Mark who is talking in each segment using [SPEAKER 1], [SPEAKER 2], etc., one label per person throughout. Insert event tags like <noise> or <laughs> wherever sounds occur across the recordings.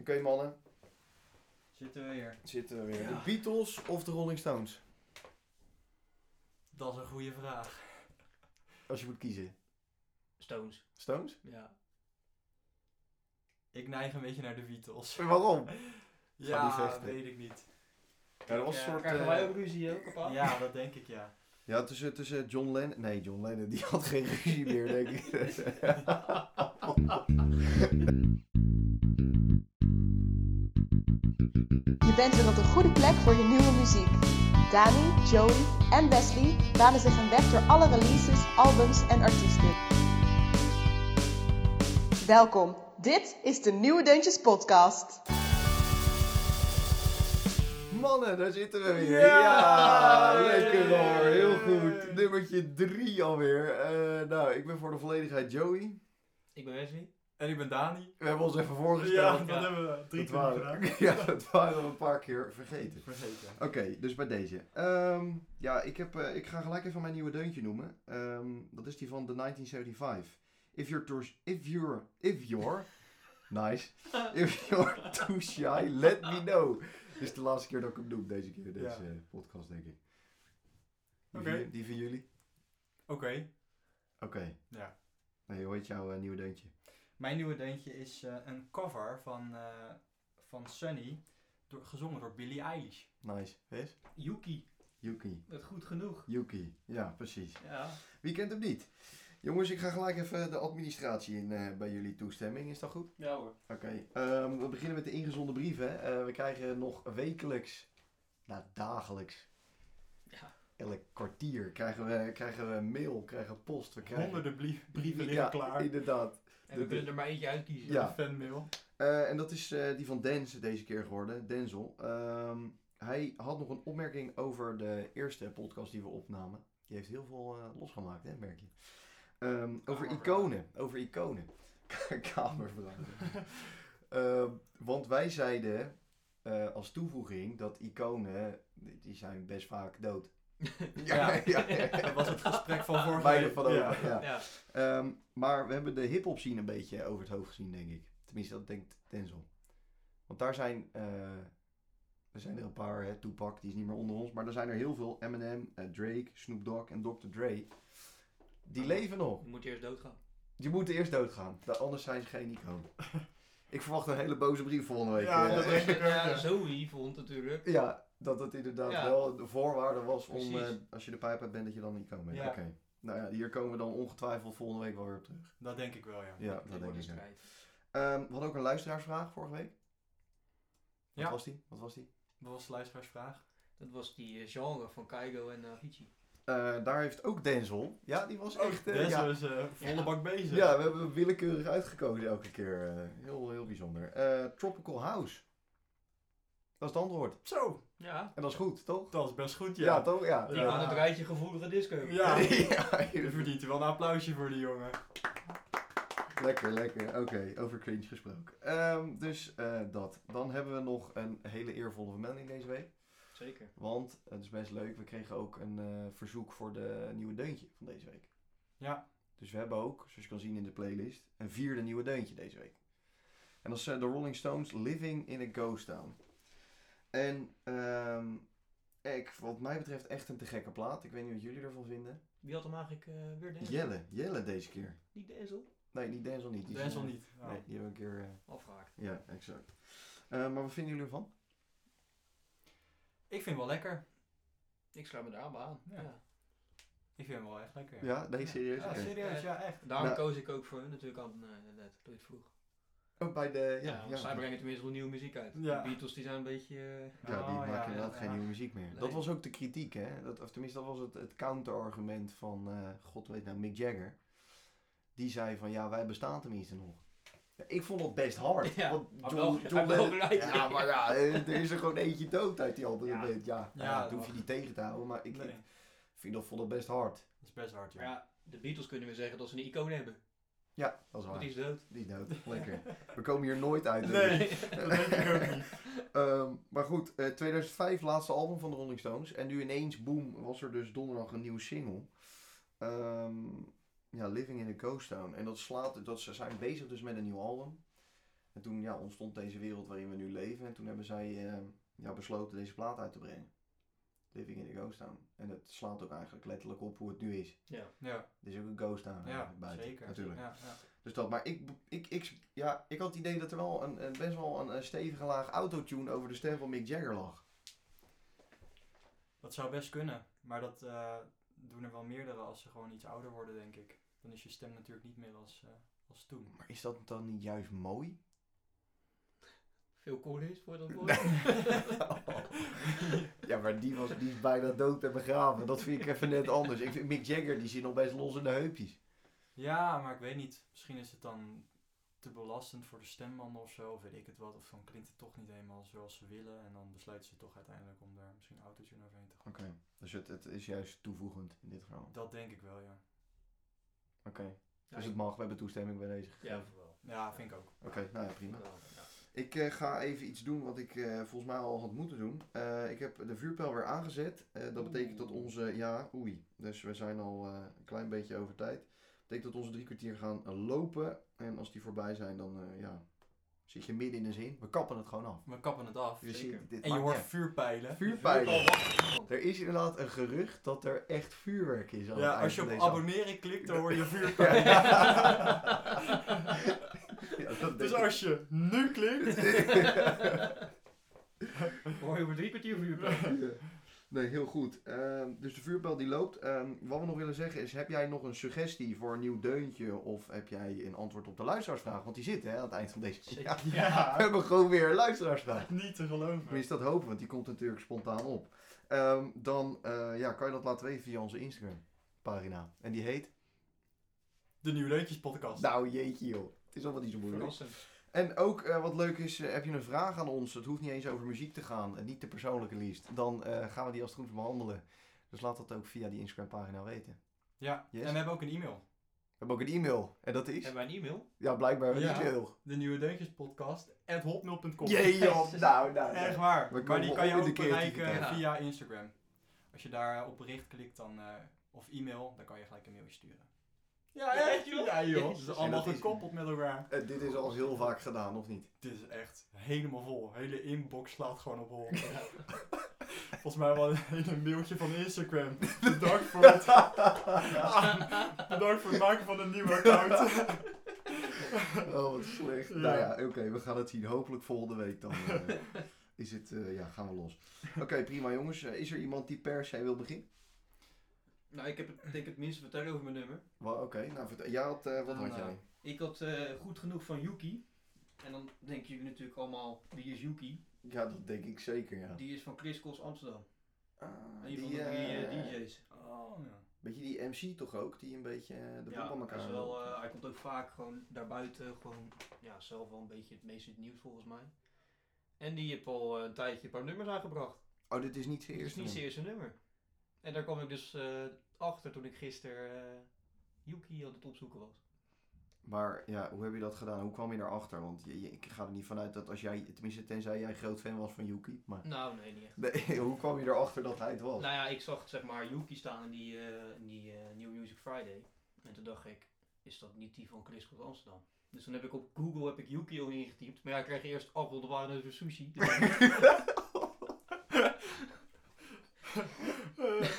[SPEAKER 1] Oké mannen,
[SPEAKER 2] Zitten we weer?
[SPEAKER 1] zitten we weer.
[SPEAKER 3] Ja.
[SPEAKER 1] De Beatles of de Rolling Stones?
[SPEAKER 3] Dat is een goede vraag.
[SPEAKER 1] Als je moet kiezen.
[SPEAKER 3] Stones.
[SPEAKER 1] Stones?
[SPEAKER 3] Ja. Ik neig een beetje naar de Beatles.
[SPEAKER 1] En waarom? die
[SPEAKER 3] Ja,
[SPEAKER 1] vechten.
[SPEAKER 3] weet ik niet.
[SPEAKER 1] Ja, dat was een
[SPEAKER 3] Ja,
[SPEAKER 1] soort...
[SPEAKER 2] Krijgen
[SPEAKER 1] eh,
[SPEAKER 2] wij ook ruzie, hè, papa?
[SPEAKER 3] Ja, dat denk ik ja.
[SPEAKER 1] ja, tussen, tussen John Lennon... Nee, John Lennon die had geen ruzie meer, denk ik. <laughs>
[SPEAKER 4] Je bent weer op de goede plek voor je nieuwe muziek. Dani, Joey en Wesley banen zich een weg door alle releases, albums en artiesten. Welkom, dit is de Nieuwe Deuntjes Podcast.
[SPEAKER 1] Mannen, daar zitten we weer.
[SPEAKER 3] Ja!
[SPEAKER 1] lekker
[SPEAKER 3] Yeah!
[SPEAKER 1] hoor. Heel goed. Nummertje drie alweer. Eh, nou, ik ben voor de volledigheid Joey.
[SPEAKER 2] Ik ben Wesley.
[SPEAKER 3] En ik ben Dani.
[SPEAKER 1] We hebben ons even voorgesteld.
[SPEAKER 2] Ja.
[SPEAKER 3] hebben we
[SPEAKER 1] dat waren, <laughs> ja, dat waren we een paar keer vergeten.
[SPEAKER 3] Vergeten.
[SPEAKER 1] Oké, dus bij deze. Ehm, ja, ik, heb, eh, ik ga gelijk even mijn nieuwe deuntje noemen. Ehm, dat is die van The 1975. If you're too... If you're... If you're... Nice. If you're too shy, let me know. Dit is de laatste keer dat ik hem noem deze keer. Deze
[SPEAKER 3] Ja.
[SPEAKER 1] eh, podcast, denk ik. Die,
[SPEAKER 3] Oké.
[SPEAKER 1] van, die van jullie?
[SPEAKER 3] Oké.
[SPEAKER 1] Oké.
[SPEAKER 3] Ja.
[SPEAKER 1] Nee, hoe heet jouw eh, nieuwe deuntje?
[SPEAKER 2] Mijn nieuwe deuntje is eh, een cover van, eh, van Sunny, door, gezongen door Billie Eilish.
[SPEAKER 1] Nice. Wees?
[SPEAKER 2] Yuki,
[SPEAKER 1] Yuki.
[SPEAKER 2] dat goed genoeg.
[SPEAKER 1] Yuki. Ja, precies.
[SPEAKER 2] Ja.
[SPEAKER 1] Wie kent hem niet? Jongens, ik ga gelijk even de administratie in eh, bij jullie toestemming. Is dat goed?
[SPEAKER 2] Ja hoor.
[SPEAKER 1] Oké, ehm, we beginnen met de ingezonden brieven. hè. Eh, we krijgen nog wekelijks, nou dagelijks,
[SPEAKER 2] Ja.
[SPEAKER 1] elk kwartier krijgen we, krijgen we mail, krijgen we post. We krijgen...
[SPEAKER 3] Honderden blie- brieven liggen
[SPEAKER 1] Ja,
[SPEAKER 3] klaar.
[SPEAKER 1] inderdaad.
[SPEAKER 2] En we kunnen er maar eentje uitkiezen. <laughs>
[SPEAKER 1] Ja.
[SPEAKER 3] Fanmail.
[SPEAKER 1] Eh, en dat is eh, die van Dens deze keer geworden, Denzel. Ehm, hij had nog een opmerking over de eerste podcast die we opnamen. Die heeft heel veel eh, losgemaakt, hè, merk je. Ehm, over
[SPEAKER 3] Kamervragen.
[SPEAKER 1] iconen, over iconen. <laughs> Kamervragen. Ehm, want wij zeiden eh, als toevoeging dat iconen, die die zijn best vaak dood.
[SPEAKER 3] Ja.
[SPEAKER 1] ja, ja.
[SPEAKER 2] <laughs>
[SPEAKER 3] Dat was het
[SPEAKER 1] <laughs>
[SPEAKER 3] gesprek van vorige
[SPEAKER 1] Wij
[SPEAKER 3] week.
[SPEAKER 1] ervan over,
[SPEAKER 3] Ja.
[SPEAKER 1] ja.
[SPEAKER 2] Ja.
[SPEAKER 1] Ehm, maar we hebben de hip-hop scene een beetje over het hoofd gezien, denk ik. Tenminste, dat denkt Denzel. Want daar zijn. eh, er zijn er een paar, hè, Tupac, die is niet meer onder ons. Maar er zijn er heel veel. Eminem, eh, Drake, Snoop Dogg en Dr. Dre. Die leven nog.
[SPEAKER 2] Je moet eerst doodgaan.
[SPEAKER 1] Die moeten eerst doodgaan. da- Anders zijn ze geen icoon. ik verwacht een hele boze brief volgende week.
[SPEAKER 3] Ja,
[SPEAKER 1] eh.
[SPEAKER 3] dat denk ik ook, ja.
[SPEAKER 2] Ja, Zoe vond natuurlijk.
[SPEAKER 1] <laughs> Ja, dat het inderdaad
[SPEAKER 2] Ja.
[SPEAKER 1] wel de voorwaarde was om,
[SPEAKER 2] Precies.
[SPEAKER 1] eh, als je de pijp hebt, bent dat je dan een icoon bent.
[SPEAKER 2] Ja.
[SPEAKER 1] Oké. Nou ja, hier komen we dan ongetwijfeld volgende week wel weer op terug. dus
[SPEAKER 3] Dat denk ik wel, ja.
[SPEAKER 1] Ja, dat
[SPEAKER 2] Dat
[SPEAKER 1] denk
[SPEAKER 2] wordt een
[SPEAKER 1] ik. ook.
[SPEAKER 2] strijd.
[SPEAKER 1] Ehm, we hadden ook een luisteraarsvraag vorige week. Wat
[SPEAKER 3] Ja.
[SPEAKER 1] was die? Wat was die?
[SPEAKER 3] Dat was de luisteraarsvraag.
[SPEAKER 2] Dat was die eh, genre van Kaigo en eh Avicii.
[SPEAKER 1] Eh, daar heeft ook Denzel. Ja, die was echt. eh,
[SPEAKER 3] Des
[SPEAKER 1] ja.
[SPEAKER 3] was eh, volle
[SPEAKER 2] Ja.
[SPEAKER 3] bak bezig.
[SPEAKER 1] ja, we hebben hem willekeurig uitgekozen elke keer. eh, heel, heel bijzonder. Eh, Tropical House. Dat is het antwoord.
[SPEAKER 3] Zo,
[SPEAKER 2] Ja.
[SPEAKER 1] En dat is goed, toch?
[SPEAKER 3] dat is best goed,
[SPEAKER 1] Ja,
[SPEAKER 3] ja.
[SPEAKER 1] toch? Ja.
[SPEAKER 2] Die
[SPEAKER 3] Ja.
[SPEAKER 2] aan het rijtje gevoelige disco.
[SPEAKER 3] Ja. Je
[SPEAKER 1] <laughs> ja.
[SPEAKER 3] verdient wel een applausje voor die jongen.
[SPEAKER 1] Lekker, lekker. Oké, over cringe gesproken. Ehm, dus eh, dat. Dan hebben we nog een hele eervolle vermelding deze week.
[SPEAKER 2] Zeker.
[SPEAKER 1] Want het is best leuk, we kregen ook een eh, verzoek voor de nieuwe deuntje van deze week.
[SPEAKER 3] Ja.
[SPEAKER 1] Dus we hebben ook, zoals je kan zien in de playlist, een vierde nieuwe deuntje deze week. En dat is eh, de Rolling Stones Living in a Ghost Town. En ehm, ik, wat mij betreft echt een te gekke plaat. Ik weet niet wat jullie ervan vinden.
[SPEAKER 2] Wie had hem eigenlijk eh, weer Denzel?
[SPEAKER 1] Jelle, Jelle deze keer.
[SPEAKER 2] Niet Denzel?
[SPEAKER 1] Nee, niet Denzel niet. Die is,
[SPEAKER 3] Denzel
[SPEAKER 1] eh,
[SPEAKER 3] niet. Oh.
[SPEAKER 1] Nee, die hebben we een keer... eh,
[SPEAKER 2] Afgehaakt.
[SPEAKER 1] ja, exact. Eh, maar wat vinden jullie ervan?
[SPEAKER 3] Ik vind hem wel lekker.
[SPEAKER 2] Ik sluit me daar aan. aan.
[SPEAKER 3] Ja.
[SPEAKER 2] Ja.
[SPEAKER 3] Ik vind hem wel echt lekker.
[SPEAKER 1] Ja, nee, serieus.
[SPEAKER 3] Ja,
[SPEAKER 1] Oké.
[SPEAKER 3] serieus, ja, echt.
[SPEAKER 2] Daarom
[SPEAKER 1] Nou.
[SPEAKER 2] koos ik ook voor hun natuurlijk al. Nee, net, doe je het vroeg.
[SPEAKER 1] Ook Oh, bij de...
[SPEAKER 2] Ja,
[SPEAKER 1] Ja,
[SPEAKER 2] want
[SPEAKER 1] ja,
[SPEAKER 2] zij brengen tenminste wel nieuwe muziek uit.
[SPEAKER 3] Ja.
[SPEAKER 2] De Beatles die zijn een beetje... eh,
[SPEAKER 1] Ja, die
[SPEAKER 3] Oh,
[SPEAKER 1] maken
[SPEAKER 3] ja,
[SPEAKER 1] inderdaad
[SPEAKER 3] ja,
[SPEAKER 1] geen
[SPEAKER 3] ja.
[SPEAKER 1] nieuwe muziek meer. Dat
[SPEAKER 2] Nee.
[SPEAKER 1] was ook de kritiek, hè? Dat, of tenminste, dat was het, het counterargument van, eh, god weet nou, Mick Jagger. Die zei van, ja, wij bestaan tenminste nog. Ja, ik vond dat best hard.
[SPEAKER 2] Ja,
[SPEAKER 1] want
[SPEAKER 2] maar
[SPEAKER 1] John,
[SPEAKER 2] wel-
[SPEAKER 1] John
[SPEAKER 2] maar wel
[SPEAKER 1] Lennon-
[SPEAKER 2] gelijk.
[SPEAKER 1] ja, maar ja, eh, er is er gewoon eentje dood uit die andere
[SPEAKER 2] Ja.
[SPEAKER 1] band. Ja,
[SPEAKER 3] Ja,
[SPEAKER 1] ja, dat
[SPEAKER 3] dat
[SPEAKER 1] hoef je
[SPEAKER 3] mag.
[SPEAKER 1] niet tegen te houden, maar ik
[SPEAKER 3] Nee,
[SPEAKER 1] ik vind dat, vond dat best hard.
[SPEAKER 3] dat is best hard,
[SPEAKER 2] Maar
[SPEAKER 3] ja.
[SPEAKER 2] ja, de Beatles kunnen we zeggen dat ze een icoon
[SPEAKER 1] Oh.
[SPEAKER 2] hebben.
[SPEAKER 1] Ja, dat is
[SPEAKER 2] Want
[SPEAKER 1] waar.
[SPEAKER 2] die is dood.
[SPEAKER 1] Die is dood. Lekker. We komen hier nooit uit. dus- denk ik.
[SPEAKER 3] Nee, dat denk ik ook niet.
[SPEAKER 1] Ehm, maar goed, eh, 2005 laatste album van de Rolling Stones. En nu ineens, boem, was er dus donderdag een nieuwe single. Ehm, ja, Living in a Ghost Town. En dat slaat, dat ze zijn bezig dus met een nieuw album. En toen ja, ontstond deze wereld waarin we nu leven. En toen hebben zij eh, ja, besloten deze plaat uit te brengen. Living in a Ghost Town. En het slaat ook eigenlijk letterlijk op hoe het nu is.
[SPEAKER 3] Ja.
[SPEAKER 2] <laughs> Ja,
[SPEAKER 1] Het is ook een ghost town eh,
[SPEAKER 2] ja,
[SPEAKER 1] buiten,
[SPEAKER 2] zeker.
[SPEAKER 1] natuurlijk.
[SPEAKER 2] Ja, ja.
[SPEAKER 1] Dus dat, maar ik, ik, ik, ja, ik had het idee dat er wel een, een- best wel een, eh, stevige laag autotune over de stem van Mick Jagger lag.
[SPEAKER 2] Dat zou best kunnen, maar dat eh, doen er wel meerdere als ze gewoon iets ouder worden, denk ik. Dan is je stem natuurlijk niet meer als, eh, als toen.
[SPEAKER 1] Maar is dat dan niet juist mooi?
[SPEAKER 3] Veel Collins voor
[SPEAKER 2] <laughs>
[SPEAKER 3] dat woord.
[SPEAKER 1] ja, maar die, was, die is bijna dood en begraven. Dat vind ik even net anders. Ik vind Mick Jagger, die zit nog best los in de heupjes.
[SPEAKER 2] Ja, maar ik weet niet. Misschien is het dan te belastend voor de stembanden of zo, of weet ik het wat. Of dan klinkt het toch niet helemaal zoals ze willen. En dan besluiten ze toch uiteindelijk om daar misschien autotune overheen te gaan.
[SPEAKER 1] Oké, dus het, het is juist toevoegend in dit geval. Oké,
[SPEAKER 2] Dat denk ik wel, ja.
[SPEAKER 3] Ja,
[SPEAKER 1] dus het mag, we hebben toestemming bij deze.
[SPEAKER 3] Ja, vooral.
[SPEAKER 2] Ja, vind ik ook.
[SPEAKER 1] Oké, nou ja, prima.
[SPEAKER 3] Vooral, ja.
[SPEAKER 1] Ik eh, ga even iets doen wat ik eh, volgens mij al had moeten doen. Eh, ik heb de vuurpijl weer aangezet. Eh, dat betekent dat onze... Ja, oei. Dus we zijn al eh, een klein beetje over tijd. Dat betekent dat onze drie kwartier gaan eh, lopen. En als die voorbij zijn, dan eh, ja, zit je midden in een zin. We kappen het gewoon af.
[SPEAKER 2] We kappen het af.
[SPEAKER 1] Je
[SPEAKER 3] Zeker.
[SPEAKER 1] ziet, dit
[SPEAKER 2] En je
[SPEAKER 1] maakt
[SPEAKER 2] hoort
[SPEAKER 1] echt
[SPEAKER 2] vuurpijlen. Oh,
[SPEAKER 1] vuurpijlen. Er is inderdaad een gerucht dat er echt vuurwerk is. aan het
[SPEAKER 2] Ja,
[SPEAKER 1] eind
[SPEAKER 2] als je
[SPEAKER 1] van
[SPEAKER 2] op
[SPEAKER 1] deze
[SPEAKER 2] abonneren klikt, dan hoor je
[SPEAKER 1] aflevering.
[SPEAKER 2] vuurpijlen.
[SPEAKER 1] Ja, <laughs> dat
[SPEAKER 2] <laughs> dus
[SPEAKER 1] denk ik.
[SPEAKER 2] als je nu klikt...
[SPEAKER 3] Hoor je over drie kwartier voor je
[SPEAKER 1] Nee, heel goed. Ehm, dus de vuurbel die loopt. Ehm, wat we nog willen zeggen is, heb jij nog een suggestie voor een nieuw deuntje? Of heb jij een antwoord op de luisteraarsvraag? Want die zit hè, aan het eind van deze <laughs> Ja,
[SPEAKER 2] <laughs>
[SPEAKER 3] Ja.
[SPEAKER 1] We hebben gewoon weer een luisteraarsvraag.
[SPEAKER 3] Niet te geloven.
[SPEAKER 1] Tenminste, dat hopen we, want die komt natuurlijk spontaan op. Ehm, dan eh, ja, kan je dat laten weten via onze Instagram pagina. En die heet...
[SPEAKER 2] De Nieuwe Deuntjes podcast.
[SPEAKER 1] Nou jeetje joh. Het is allemaal niet zo moeilijk.
[SPEAKER 3] Verrassend.
[SPEAKER 1] En ook eh, wat leuk is, eh, heb je een vraag aan ons, het hoeft niet eens over muziek te gaan en niet de persoonlijke liefst, dan eh, gaan we die als het goed is behandelen. Dus laat dat ook via die Instagram pagina weten.
[SPEAKER 2] Ja,
[SPEAKER 1] Yes.
[SPEAKER 2] en we hebben ook een e-mail.
[SPEAKER 1] We hebben ook een e-mail en dat is,
[SPEAKER 3] Hebben wij een e-mail?
[SPEAKER 1] ja blijkbaar
[SPEAKER 2] Ja.
[SPEAKER 1] niet heel.
[SPEAKER 2] De Nieuwe Deuntjes podcast at hotmail.com.
[SPEAKER 1] Jee joh, nou nou.
[SPEAKER 2] Echt
[SPEAKER 1] nou.
[SPEAKER 2] waar.
[SPEAKER 1] We
[SPEAKER 2] maar
[SPEAKER 1] komen
[SPEAKER 2] die kan je
[SPEAKER 1] ooit een
[SPEAKER 2] ook
[SPEAKER 1] keer
[SPEAKER 2] bereiken
[SPEAKER 1] tegen
[SPEAKER 3] elkaar.
[SPEAKER 2] via Instagram. Als je daar op bericht klikt dan, eh, of e-mail, dan kan je gelijk een mailtje sturen. Ja,
[SPEAKER 3] echt, joh?
[SPEAKER 2] Ja, joh. Het is
[SPEAKER 3] Jezus.
[SPEAKER 2] allemaal
[SPEAKER 1] En dat is-
[SPEAKER 2] gekoppeld met elkaar.
[SPEAKER 1] Eh, dit is al eens heel vaak gedaan, of
[SPEAKER 3] <laughs>
[SPEAKER 1] niet?
[SPEAKER 2] Dit is echt helemaal vol. Hele inbox slaat gewoon op hol. <laughs> Volgens mij wel een hele mailtje van Instagram. Bedankt voor het, <laughs> bedankt voor het maken van een nieuwe account.
[SPEAKER 1] Oh, wat slecht. Nou ja, oké, we gaan het zien. Hopelijk volgende week dan
[SPEAKER 3] <laughs>
[SPEAKER 1] eh, is het, eh, ja, gaan we los. Oké, prima jongens. Eh, is er iemand die per se wil beginnen?
[SPEAKER 3] Nou, ik heb het, denk ik het minste vertellen over mijn nummer.
[SPEAKER 1] Wel, Oké, nou, vertel- jij had, eh, wat
[SPEAKER 3] Dan,
[SPEAKER 1] had jij?
[SPEAKER 3] Ik had eh, goed genoeg van Yuki. En dan denken jullie natuurlijk allemaal, wie is Yuki?
[SPEAKER 1] Ja, dat denk ik zeker, ja.
[SPEAKER 3] Die is van Chris Cross Amsterdam.
[SPEAKER 1] Ah,
[SPEAKER 3] Een
[SPEAKER 1] die,
[SPEAKER 3] van de drie
[SPEAKER 1] eh,
[SPEAKER 3] eh, DJ's.
[SPEAKER 2] Oh, ja.
[SPEAKER 1] Beetje die MC toch ook, die een beetje eh, de boel
[SPEAKER 3] Ja,
[SPEAKER 1] aan
[SPEAKER 3] hij,
[SPEAKER 1] elkaar
[SPEAKER 3] is wel,
[SPEAKER 1] loopt.
[SPEAKER 3] eh, hij komt ook vaak gewoon daarbuiten, gewoon ja, zelf wel een beetje het meeste in het nieuws volgens mij. En die heeft al eh, een tijdje een paar nummers aangebracht.
[SPEAKER 1] Oh, dit is niet zijn
[SPEAKER 3] Het is
[SPEAKER 1] eerste
[SPEAKER 3] niet zijn
[SPEAKER 1] nummer.
[SPEAKER 3] eerste nummer. En daar kwam ik dus eh, achter toen ik gisteren eh, Yuki aan het opzoeken was.
[SPEAKER 1] Maar ja, hoe heb je dat gedaan? Hoe kwam je daarachter? Want je- je- ik ga er niet vanuit dat als jij, tenminste tenzij jij groot fan was van Yuki, maar...
[SPEAKER 3] Nou, nee, niet echt.
[SPEAKER 1] Nee, <laughs> hoe kwam je erachter dat hij het was?
[SPEAKER 3] Nou ja, ik zag zeg maar Yuki staan in die, eh, in die eh, New Music Friday. En toen dacht ik, is dat niet die van Chris Cross Amsterdam? Dus dan heb ik op Google heb ik Yuki al ingetypt. Maar ja, ik kreeg eerst appel, de waren dus weer sushi. <laughs> Dus
[SPEAKER 2] Eh,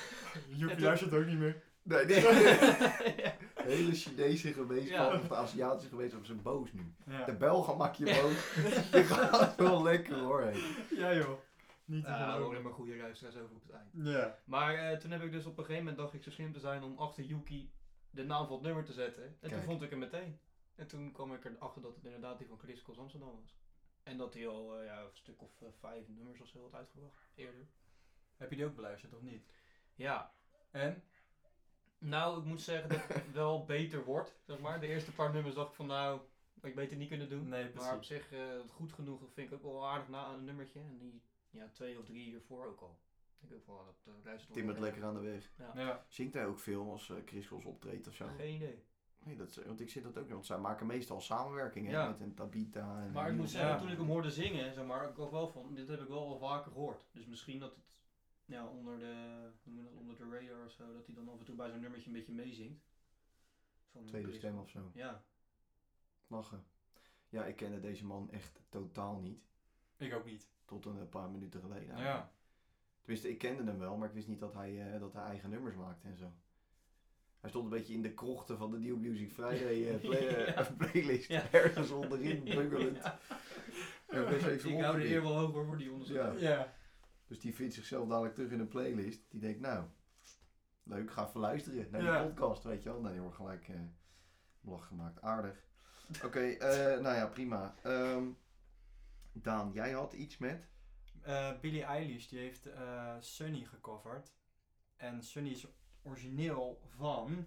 [SPEAKER 2] Joep, luistert ook niet meer.
[SPEAKER 1] Nee,
[SPEAKER 3] <laughs>
[SPEAKER 1] nee. <laughs> Hele Chinese geweest,
[SPEAKER 3] Ja.
[SPEAKER 1] of de Aziatische geweest, of zijn boos nu.
[SPEAKER 2] Ja.
[SPEAKER 1] De Belgen maak je
[SPEAKER 3] <laughs>
[SPEAKER 1] boos. Dit gaat wel lekker hoor. hé.
[SPEAKER 2] Ja joh, niet te
[SPEAKER 3] Ja,
[SPEAKER 2] geloven.
[SPEAKER 3] hoor maar goede luisteraars over op het eind.
[SPEAKER 2] Ja.
[SPEAKER 3] Maar eh, toen heb ik dus op een gegeven moment dacht ik zo slim te zijn om achter Yuki de naam van het nummer te zetten. En toen
[SPEAKER 1] Kijk.
[SPEAKER 3] vond ik hem meteen. En toen kwam ik erachter dat het inderdaad die van Chris Cross Amsterdam was. En dat hij al eh, ja, een stuk of eh, vijf nummers of zo had uitgebracht eerder.
[SPEAKER 2] Heb je die ook beluisterd of niet?
[SPEAKER 3] Ja,
[SPEAKER 2] En?
[SPEAKER 3] nou ik moet zeggen dat het wel beter wordt, zeg maar. De eerste paar nummers dacht ik van nou, had ik beter niet kunnen doen.
[SPEAKER 2] Nee,
[SPEAKER 3] Maar op zich eh, goed genoeg vind ik ook wel aardig na een nummertje. En die ja, twee of drie hiervoor ook al. Ik denk ook wel dat eh, luistert wel
[SPEAKER 1] Timmert lekker aan de weg.
[SPEAKER 2] Ja.
[SPEAKER 1] Zingt hij ook veel als eh, Chris Cross optreedt of zo?
[SPEAKER 3] Geen idee.
[SPEAKER 1] Nee, dat, is- want ik zit dat ook niet, want zij maken meestal samenwerkingen hè,
[SPEAKER 3] Ja.
[SPEAKER 1] met een Tabita. En
[SPEAKER 3] Maar ik
[SPEAKER 1] en-
[SPEAKER 3] moet zeggen,
[SPEAKER 2] Ja.
[SPEAKER 3] toen ik hem hoorde zingen, zeg maar, ik dacht wel van, dit heb ik wel al vaker gehoord. Dus misschien dat het ja, onder, de, hoe noem je dat, onder de radar of zo, dat hij dan af en toe bij zo'n nummertje een beetje meezingt. Van
[SPEAKER 1] Tweede
[SPEAKER 3] Chris.
[SPEAKER 1] stem of zo.
[SPEAKER 3] Ja,
[SPEAKER 1] Lachen. Ja, ik kende deze man echt totaal niet.
[SPEAKER 2] Ik ook niet.
[SPEAKER 1] Tot een eh, paar minuten geleden.
[SPEAKER 2] Ja.
[SPEAKER 1] eigenlijk. Tenminste, ik kende hem wel, maar ik wist niet dat hij, eh, dat hij eigen nummers maakte en zo. Hij stond een beetje in de krochten van de New Music Friday eh,
[SPEAKER 2] <laughs>
[SPEAKER 1] play- eh, <laughs>
[SPEAKER 3] Ja.
[SPEAKER 1] playlist.
[SPEAKER 3] Ja.
[SPEAKER 1] Ergens
[SPEAKER 3] <laughs>
[SPEAKER 1] onderin, bungelend. Ja, best even
[SPEAKER 3] ik hou de
[SPEAKER 1] opgericht.
[SPEAKER 3] eer wel hoog hoor, voor die onderzoek.
[SPEAKER 1] Ja.
[SPEAKER 2] Ja.
[SPEAKER 1] Dus die vindt zichzelf dadelijk terug in een playlist. Die denkt, nou, leuk, ga even luisteren naar
[SPEAKER 2] Ja.
[SPEAKER 1] die podcast, weet je wel. Nou, die wordt gelijk eh lach gemaakt.
[SPEAKER 2] <laughs>
[SPEAKER 1] Aardig. Oké, eh, nou ja, prima. Ehm, Daan, jij had iets met...
[SPEAKER 2] Eh, Billie Eilish die heeft eh, Sunny gecoverd. En Sunny is origineel van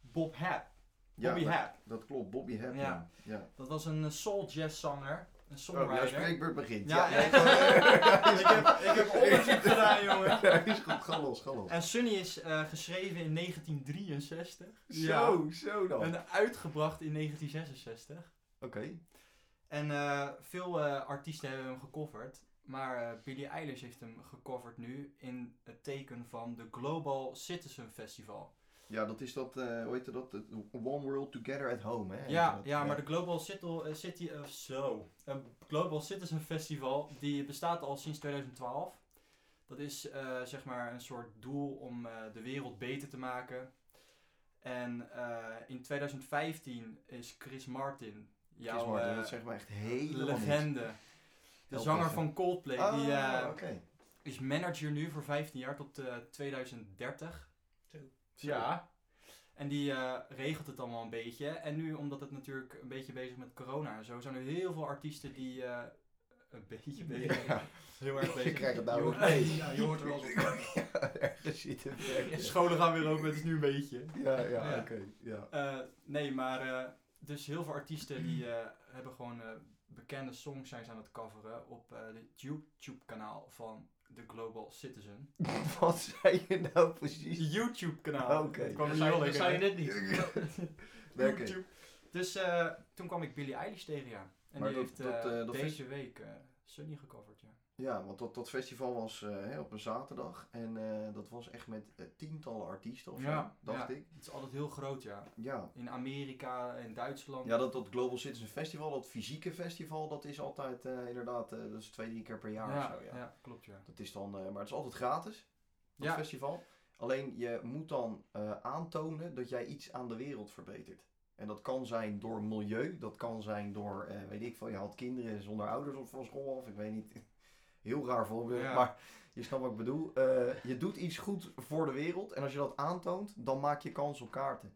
[SPEAKER 2] Bob Hap. Bobby
[SPEAKER 1] dat,
[SPEAKER 2] Hap.
[SPEAKER 1] dat klopt, Bobby Hap.
[SPEAKER 2] Ja.
[SPEAKER 1] Ja. ja.
[SPEAKER 2] Dat was een eh, soul jazz zanger.
[SPEAKER 1] Oh, jouw
[SPEAKER 2] Een songwriter.
[SPEAKER 1] spreekbeurt begint.
[SPEAKER 2] Ja,
[SPEAKER 1] jij-
[SPEAKER 2] ik-
[SPEAKER 1] <laughs>
[SPEAKER 2] ik heb- ik heb onderzoek gedaan, jongen.
[SPEAKER 1] Ja, is goed. Ga los, ga los.
[SPEAKER 2] en Sunny is eh, geschreven in 1963.
[SPEAKER 1] Zo, zo dan. Oké.
[SPEAKER 2] En uitgebracht in 1966. En eh, veel eh, artiesten hebben hem gecoverd. Maar eh, Billie Eilish heeft hem gecoverd nu in het teken van de Global Citizen Festival.
[SPEAKER 1] Ja, dat is dat, eh hoe heette dat? Het One World Together at Home, hè?
[SPEAKER 2] ja,
[SPEAKER 1] Heette dat.
[SPEAKER 2] ja, maar de Global Citizen City, eh, zo. Een Global Citizen Festival die bestaat al sinds 2012. Dat is eh, zeg maar een soort doel om eh, de wereld beter te maken. En eh, in 2015 is Chris Martin, jouw
[SPEAKER 1] Chris Martin,
[SPEAKER 2] eh,
[SPEAKER 1] dat zegt maar echt helemaal niks.
[SPEAKER 2] legende, de
[SPEAKER 1] Help
[SPEAKER 2] zanger
[SPEAKER 1] even.
[SPEAKER 2] van Coldplay,
[SPEAKER 1] Ah,
[SPEAKER 2] die eh,
[SPEAKER 1] oké.
[SPEAKER 2] is manager nu voor 15 jaar tot eh, 2030.
[SPEAKER 3] Zo.
[SPEAKER 2] Ja. En die eh, regelt het allemaal een beetje. En nu, omdat het natuurlijk een beetje bezig is met corona en zo, zijn er heel veel artiesten die eh, een beetje bezig zijn.
[SPEAKER 1] Ja.
[SPEAKER 2] <laughs>
[SPEAKER 1] <laughs>
[SPEAKER 2] Heel erg bezig.
[SPEAKER 1] Je krijgt het
[SPEAKER 2] Je
[SPEAKER 1] nou
[SPEAKER 2] hoort-
[SPEAKER 1] ook mee.
[SPEAKER 2] Ja, je hoort er wel eens op.
[SPEAKER 1] Ja, <laughs> ergens zit het
[SPEAKER 2] De
[SPEAKER 1] weg.
[SPEAKER 2] scholen gaan weer open, het is nu een beetje.
[SPEAKER 1] Ja, ja,
[SPEAKER 2] Ja.
[SPEAKER 1] oké. ja. <laughs>
[SPEAKER 2] Eh, nee, maar eh, dus heel veel artiesten die eh, hebben gewoon eh, bekende songs zijn ze aan het coveren op het YouTube kanaal van The Global Citizen.
[SPEAKER 1] Wat zei je nou precies?
[SPEAKER 2] YouTube kanaal.
[SPEAKER 1] Oké.
[SPEAKER 2] kwam er
[SPEAKER 3] Dat
[SPEAKER 2] niet
[SPEAKER 3] zei,
[SPEAKER 2] heel
[SPEAKER 3] dat
[SPEAKER 2] lekker
[SPEAKER 3] zei je
[SPEAKER 2] uit.
[SPEAKER 3] net niet.
[SPEAKER 1] <laughs> Nee, oké.
[SPEAKER 2] YouTube. Dus eh, toen kwam ik Billie Eilish tegen, ja. En
[SPEAKER 1] Maar
[SPEAKER 2] die
[SPEAKER 1] dat-
[SPEAKER 2] heeft eh,
[SPEAKER 1] dat, eh, dat
[SPEAKER 2] deze week eh, Sunny gecoverd, ja.
[SPEAKER 1] Ja, want dat, dat festival was eh, hè, op een zaterdag. En eh, dat was echt met eh, tientallen artiesten of zo,
[SPEAKER 2] Ja,
[SPEAKER 1] dacht
[SPEAKER 2] ja.
[SPEAKER 1] ik.
[SPEAKER 2] Het is altijd heel groot, ja.
[SPEAKER 1] Ja.
[SPEAKER 2] In Amerika en Duitsland.
[SPEAKER 1] Ja, dat, dat Global Citizen Festival, dat fysieke festival, dat is altijd eh, inderdaad, eh, dat is twee, drie keer per jaar of zo. Ja.
[SPEAKER 2] klopt, ja.
[SPEAKER 1] Dat is dan, eh, maar het is altijd gratis, dat
[SPEAKER 2] Ja,
[SPEAKER 1] festival. Alleen je moet dan eh, aantonen dat jij iets aan de wereld verbetert. En dat kan zijn door milieu, dat kan zijn door, eh, weet ik veel, je haalt kinderen zonder ouders op van school af, ik weet niet. <laughs> Heel raar voorbeeld,
[SPEAKER 2] Ja.
[SPEAKER 1] maar je snapt wat ik bedoel. Eh, je doet iets goed voor de wereld en als je dat aantoont, dan maak je kans op kaarten.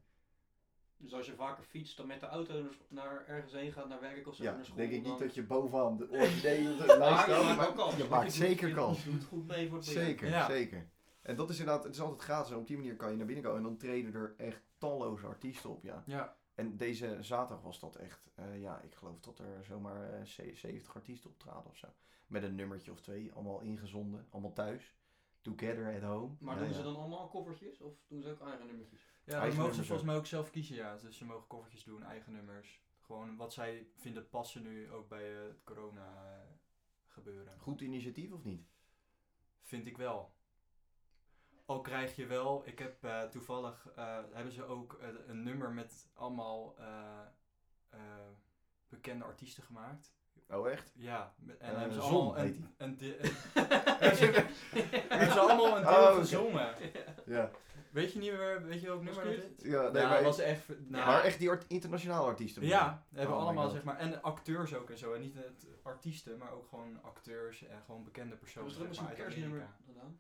[SPEAKER 3] Dus als je vaker fietst dan met de auto naar- naar ergens heen gaat, naar werk of zo,
[SPEAKER 1] Ja,
[SPEAKER 3] naar school.
[SPEAKER 1] denk ik
[SPEAKER 3] dan...
[SPEAKER 1] niet dat je Oh, bovenaan de orchidee
[SPEAKER 3] <laughs>
[SPEAKER 1] op de lijst
[SPEAKER 3] Maar je
[SPEAKER 1] staat, maar
[SPEAKER 3] maakt wel kans.
[SPEAKER 1] je
[SPEAKER 3] want
[SPEAKER 1] maakt
[SPEAKER 3] doet-
[SPEAKER 1] zeker kans.
[SPEAKER 3] Je doet goed mee voor het project.
[SPEAKER 1] Zeker,
[SPEAKER 2] Ja.
[SPEAKER 1] zeker. En dat is inderdaad, het is altijd gratis en op die manier kan je naar binnen komen en dan treden er echt talloze artiesten op, ja.
[SPEAKER 2] ja.
[SPEAKER 1] En deze zaterdag was dat echt, eh, ja, ik geloof dat er zomaar eh, ze- 70 artiesten optraden of zo. Met een nummertje of twee, allemaal ingezonden, allemaal thuis. Together at home.
[SPEAKER 3] Maar
[SPEAKER 1] Ja,
[SPEAKER 3] doen
[SPEAKER 1] ja.
[SPEAKER 3] ze dan allemaal koffertjes of doen ze ook eigen nummertjes?
[SPEAKER 2] ja dat
[SPEAKER 1] Eigen
[SPEAKER 2] mogen ze
[SPEAKER 1] nummers
[SPEAKER 2] volgens mij ook zelf kiezen, ja. Dus ze mogen covertjes doen, eigen nummers. Gewoon wat zij vinden passen nu ook bij eh, het corona eh, gebeuren.
[SPEAKER 1] Goed initiatief of niet?
[SPEAKER 2] Vind ik wel. Al krijg je wel, ik heb eh, toevallig, eh, hebben ze ook eh, een nummer met allemaal eh, eh, bekende artiesten gemaakt.
[SPEAKER 1] Oh, echt?
[SPEAKER 2] Ja, met- en
[SPEAKER 1] Eh,
[SPEAKER 2] hebben ze
[SPEAKER 1] Zon
[SPEAKER 2] allemaal
[SPEAKER 1] heet
[SPEAKER 2] een,
[SPEAKER 1] die.
[SPEAKER 2] een, de- een- <laughs> hebben ze allemaal een deel
[SPEAKER 1] Oh, oké.
[SPEAKER 2] gezongen.
[SPEAKER 1] Ja.
[SPEAKER 2] Weet je niet meer, weet je welk
[SPEAKER 3] Was
[SPEAKER 2] nummer dat
[SPEAKER 3] kut?
[SPEAKER 2] is?
[SPEAKER 1] ja nee,
[SPEAKER 2] Nou,
[SPEAKER 1] maar,
[SPEAKER 2] was echt, nou,
[SPEAKER 1] maar echt die art- internationale artiesten. bedoel je?
[SPEAKER 2] ja, hebben
[SPEAKER 1] Oh my
[SPEAKER 2] allemaal
[SPEAKER 1] God.
[SPEAKER 2] zeg maar, en acteurs ook en zo. En niet het artiesten, maar ook gewoon acteurs en gewoon bekende personen.
[SPEAKER 3] Was er ook
[SPEAKER 2] zeg
[SPEAKER 3] eens een
[SPEAKER 2] maar, uit Amerika.
[SPEAKER 3] kerstnummer gedaan?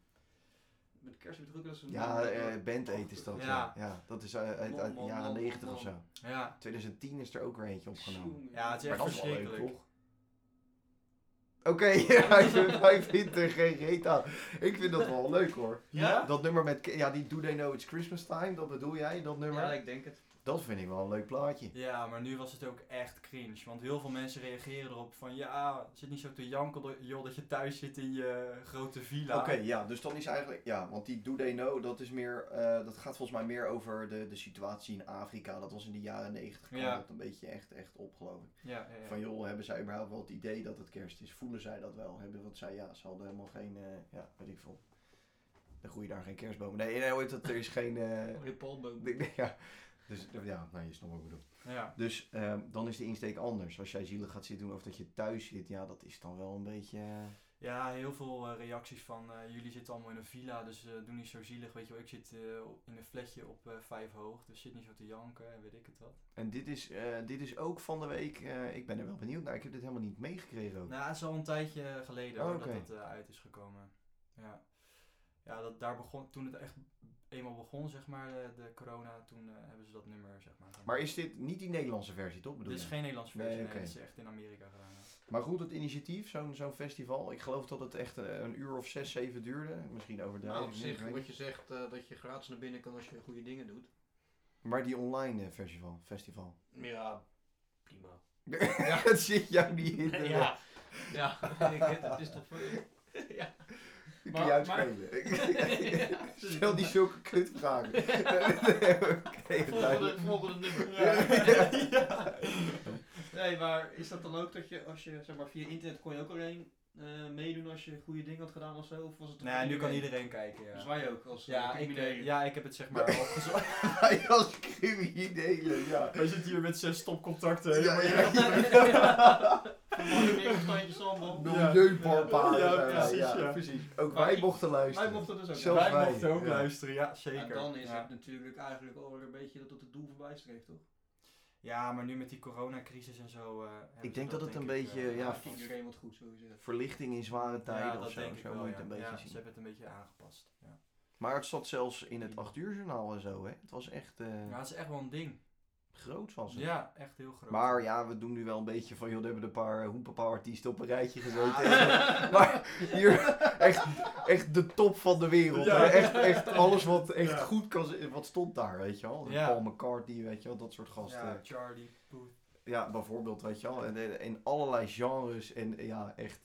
[SPEAKER 3] Met kerst heb je toch ook wel eens een
[SPEAKER 1] Ja,
[SPEAKER 3] nummer dat-
[SPEAKER 1] eh band Aid is dat. Ja.
[SPEAKER 2] Ja.
[SPEAKER 1] ja. dat is eh, uit, uit, uit de
[SPEAKER 3] Man, man,
[SPEAKER 1] jaren
[SPEAKER 3] man,
[SPEAKER 1] 90 of
[SPEAKER 3] man.
[SPEAKER 1] zo.
[SPEAKER 2] Ja,
[SPEAKER 1] 2010 is er ook weer eentje opgenomen.
[SPEAKER 3] Tjonge.
[SPEAKER 2] Ja, het is
[SPEAKER 1] Maar
[SPEAKER 2] echt
[SPEAKER 1] dat is wel leuk,
[SPEAKER 2] verschrikkelijk.
[SPEAKER 1] toch? Oké, <laughs> hij vindt- hij vindt er geen reet aan. Ik vind dat wel leuk hoor.
[SPEAKER 3] Ja?
[SPEAKER 1] Dat nummer met, ja die Do They Know It's Christmas Time, dat bedoel jij, dat nummer?
[SPEAKER 3] Ja, ik denk het.
[SPEAKER 1] Dat vind ik wel een leuk plaatje.
[SPEAKER 2] Ja, maar nu was het ook echt cringe. Want heel veel mensen reageren erop van... Ja, zit niet zo te janken do- joh, dat je thuis zit in je grote villa.
[SPEAKER 1] Oké, ja, dus dan is eigenlijk, ja, want die Do They Know, dat is meer, eh, dat gaat volgens mij meer over de, de situatie in Afrika. Dat was in de jaren 90 kwam
[SPEAKER 2] Ja.
[SPEAKER 1] dat een beetje echt, echt op geloof ik.
[SPEAKER 2] Ja, ja, ja.
[SPEAKER 1] Van joh, hebben zij überhaupt wel het idee dat het kerst is? Voelen zij dat wel? Hebben wat zij, ja, ze hadden helemaal geen, eh, ja, weet ik veel. Er groeien daar geen kerstbomen. Nee, nee, hoe heet dat? Er is geen, eh, <laughs>
[SPEAKER 3] Repalboom.
[SPEAKER 1] Ik denk, ja, Dus ja, nou, je snapt wat ik bedoel.
[SPEAKER 2] Ja.
[SPEAKER 1] Dus ehm, dan is de insteek anders. Als jij zielig gaat zitten doen of dat je thuis zit, ja, dat is dan wel een beetje... eh,
[SPEAKER 2] Ja, heel veel eh, reacties van eh, jullie zitten allemaal in een villa, dus eh doe niet zo zielig. Weet je wel, ik zit eh, op- in een flatje op eh, vijf hoog, dus zit niet zo te janken en weet ik het wat.
[SPEAKER 1] En dit is, eh, dit is ook van de week, eh, ik ben er wel benieuwd naar. Ik heb dit helemaal niet meegekregen ook.
[SPEAKER 2] Nou, het is al een tijdje geleden
[SPEAKER 1] Oh,
[SPEAKER 2] hoor,
[SPEAKER 1] oké.
[SPEAKER 2] dat dat eh, uit is gekomen. Ja, ja dat, daar begon, toen het echt eenmaal begon, zeg maar, de, de corona, toen eh, hebben ze dat nummer, zeg maar.
[SPEAKER 1] Maar is dit niet die Nederlandse versie, toch? Bedoel
[SPEAKER 2] Dit is
[SPEAKER 1] je?
[SPEAKER 2] Dus geen Nederlands versie,
[SPEAKER 1] Nee,
[SPEAKER 2] nee,
[SPEAKER 1] oké.
[SPEAKER 2] dit is echt in Amerika gedaan. hè.
[SPEAKER 1] Maar goed, het initiatief, zo'n zo'n festival. Ik geloof dat het echt eh, een uur of zes, zeven duurde. Misschien overdrijven.
[SPEAKER 3] Nou, op
[SPEAKER 1] ik weet
[SPEAKER 3] zich,
[SPEAKER 1] niet.
[SPEAKER 3] wat je zegt, eh, dat je gratis naar binnen kan als je goede dingen doet.
[SPEAKER 1] Maar die online eh, festival. festival.
[SPEAKER 3] Ja, prima.
[SPEAKER 1] <laughs> Ja, het zit jou niet in. eh, de-
[SPEAKER 3] <laughs> ja, ja. <laughs> ik weet het, het is toch...
[SPEAKER 2] <laughs>
[SPEAKER 3] ja.
[SPEAKER 1] Ik kan
[SPEAKER 3] Maar-
[SPEAKER 1] je uitspelen.
[SPEAKER 3] Ja,
[SPEAKER 1] <laughs> Stel
[SPEAKER 3] <laughs>
[SPEAKER 1] niet zulke kutvragen. Oké, nou, duidelijk.
[SPEAKER 3] Volgende, volgende
[SPEAKER 2] <laughs>
[SPEAKER 3] nummer.
[SPEAKER 1] Ja.
[SPEAKER 3] Ja. <laughs> Nee, maar is dat dan ook dat je, als je, zeg maar, via internet kon je ook alleen eh, meedoen als je goede dingen had gedaan of zo? Of was het
[SPEAKER 2] Nee, nu kan iedereen kijken,
[SPEAKER 3] Dus
[SPEAKER 2] ja.
[SPEAKER 3] wij ook, als
[SPEAKER 2] Ja, ik, eh,
[SPEAKER 3] <laughs>
[SPEAKER 2] ja, ik heb het
[SPEAKER 1] <laughs>
[SPEAKER 2] zeg maar opgezocht.
[SPEAKER 1] Hij was criminelen, ja.
[SPEAKER 2] Wij zitten hier met z'n stopcontacten.
[SPEAKER 1] Ja,
[SPEAKER 2] helemaal-
[SPEAKER 1] ja, ja.
[SPEAKER 2] <laughs>
[SPEAKER 1] Milieubarbaar.
[SPEAKER 2] Ja,
[SPEAKER 1] zijn wij,
[SPEAKER 2] precies, ja.
[SPEAKER 1] precies. Ook
[SPEAKER 3] Maar
[SPEAKER 1] wij
[SPEAKER 3] ik-
[SPEAKER 1] mochten luisteren.
[SPEAKER 3] Wij mochten dus ook.
[SPEAKER 1] Zelfs
[SPEAKER 2] wij
[SPEAKER 1] wij,
[SPEAKER 2] mochten ook
[SPEAKER 1] ja.
[SPEAKER 2] luisteren, ja zeker.
[SPEAKER 3] En dan is
[SPEAKER 2] ja.
[SPEAKER 3] het natuurlijk eigenlijk alweer een beetje dat het het doel voorbij streeft, toch?
[SPEAKER 2] Ja, maar nu met die coronacrisis en zo. eh, hebben
[SPEAKER 1] denk
[SPEAKER 2] ze
[SPEAKER 1] dat het een
[SPEAKER 2] ik,
[SPEAKER 1] beetje,
[SPEAKER 2] eh,
[SPEAKER 1] ja,
[SPEAKER 3] Ja,
[SPEAKER 2] aangepast.
[SPEAKER 1] vast.
[SPEAKER 3] iedereen wat goed, sowieso.
[SPEAKER 1] Verlichting in zware tijden
[SPEAKER 2] Ja, dat
[SPEAKER 1] of zo.
[SPEAKER 2] denk ik
[SPEAKER 1] Zo
[SPEAKER 2] wel,
[SPEAKER 1] moet je
[SPEAKER 2] ja.
[SPEAKER 1] het een beetje
[SPEAKER 2] Ja,
[SPEAKER 1] zien.
[SPEAKER 2] Ze hebben het een beetje aangepast. Ja,
[SPEAKER 1] Maar het zat zelfs in het 8 uur journaal en zo, hè. Het was echt eh,
[SPEAKER 2] ja het is echt wel een ding.
[SPEAKER 1] groot was het.
[SPEAKER 2] Ja, echt heel groot.
[SPEAKER 1] Maar <laughs> ja, we doen nu wel een beetje van, joh, er hebben een paar hoepenpa-artiesten op een rijtje gezeten.
[SPEAKER 2] Ja.
[SPEAKER 1] maar hier, echt, <laughs> echt de top van de wereld.
[SPEAKER 2] Ja.
[SPEAKER 1] hè. Echt, echt alles wat echt
[SPEAKER 2] Ja.
[SPEAKER 1] goed kan zijn, wat stond daar, weet je wel.
[SPEAKER 2] Ja.
[SPEAKER 1] Paul McCartney, weet je wel, dat soort gasten.
[SPEAKER 2] Ja, Charlie, Poet.
[SPEAKER 1] Ja, bijvoorbeeld, weet je wel. En, en- in allerlei genres. En ja, echt,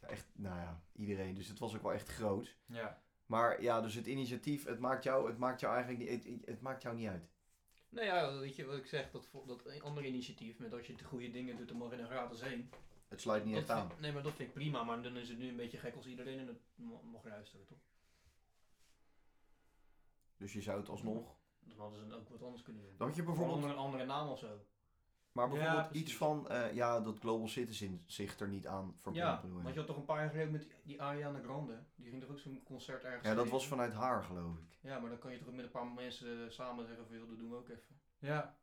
[SPEAKER 1] echt, nou ja, iedereen. Dus het was ook wel echt groot.
[SPEAKER 2] Ja.
[SPEAKER 1] Maar ja, dus het initiatief, het maakt jou, het maakt jou eigenlijk niet, het, het maakt jou niet uit.
[SPEAKER 3] Nou ja, weet je wat ik zeg, dat, vo- dat een ander initiatief met als je de goede dingen doet, dan mag je er gratis heen.
[SPEAKER 1] Het sluit niet
[SPEAKER 3] Dat
[SPEAKER 1] echt aan.
[SPEAKER 3] vind- nee, maar dat vind ik prima, maar dan is het nu een beetje gek als iedereen in het mo- mocht luisteren, toch?
[SPEAKER 1] Dus je zou het alsnog.
[SPEAKER 3] Dan hadden ze dan ook wat anders kunnen doen.
[SPEAKER 1] Dan had je
[SPEAKER 3] Bijvoorbeeld
[SPEAKER 1] bijvoorbeeld,
[SPEAKER 3] onder een andere naam of zo.
[SPEAKER 1] maar
[SPEAKER 2] Ja,
[SPEAKER 1] bijvoorbeeld
[SPEAKER 2] precies.
[SPEAKER 1] iets van, eh, ja, dat Global Citizen zich er niet aan
[SPEAKER 3] Ja,
[SPEAKER 1] verbonden.
[SPEAKER 3] want je
[SPEAKER 1] Ja,
[SPEAKER 3] had toch een paar jaar geleden met die- die Ariana Grande. Die ging toch ook zo'n concert ergens
[SPEAKER 1] ja, dat
[SPEAKER 3] geven?
[SPEAKER 1] was vanuit haar, geloof ik.
[SPEAKER 3] Ja, maar dan kan je toch ook met een paar mensen eh, samen zeggen van, joh, dat doen we ook even.
[SPEAKER 2] Ja.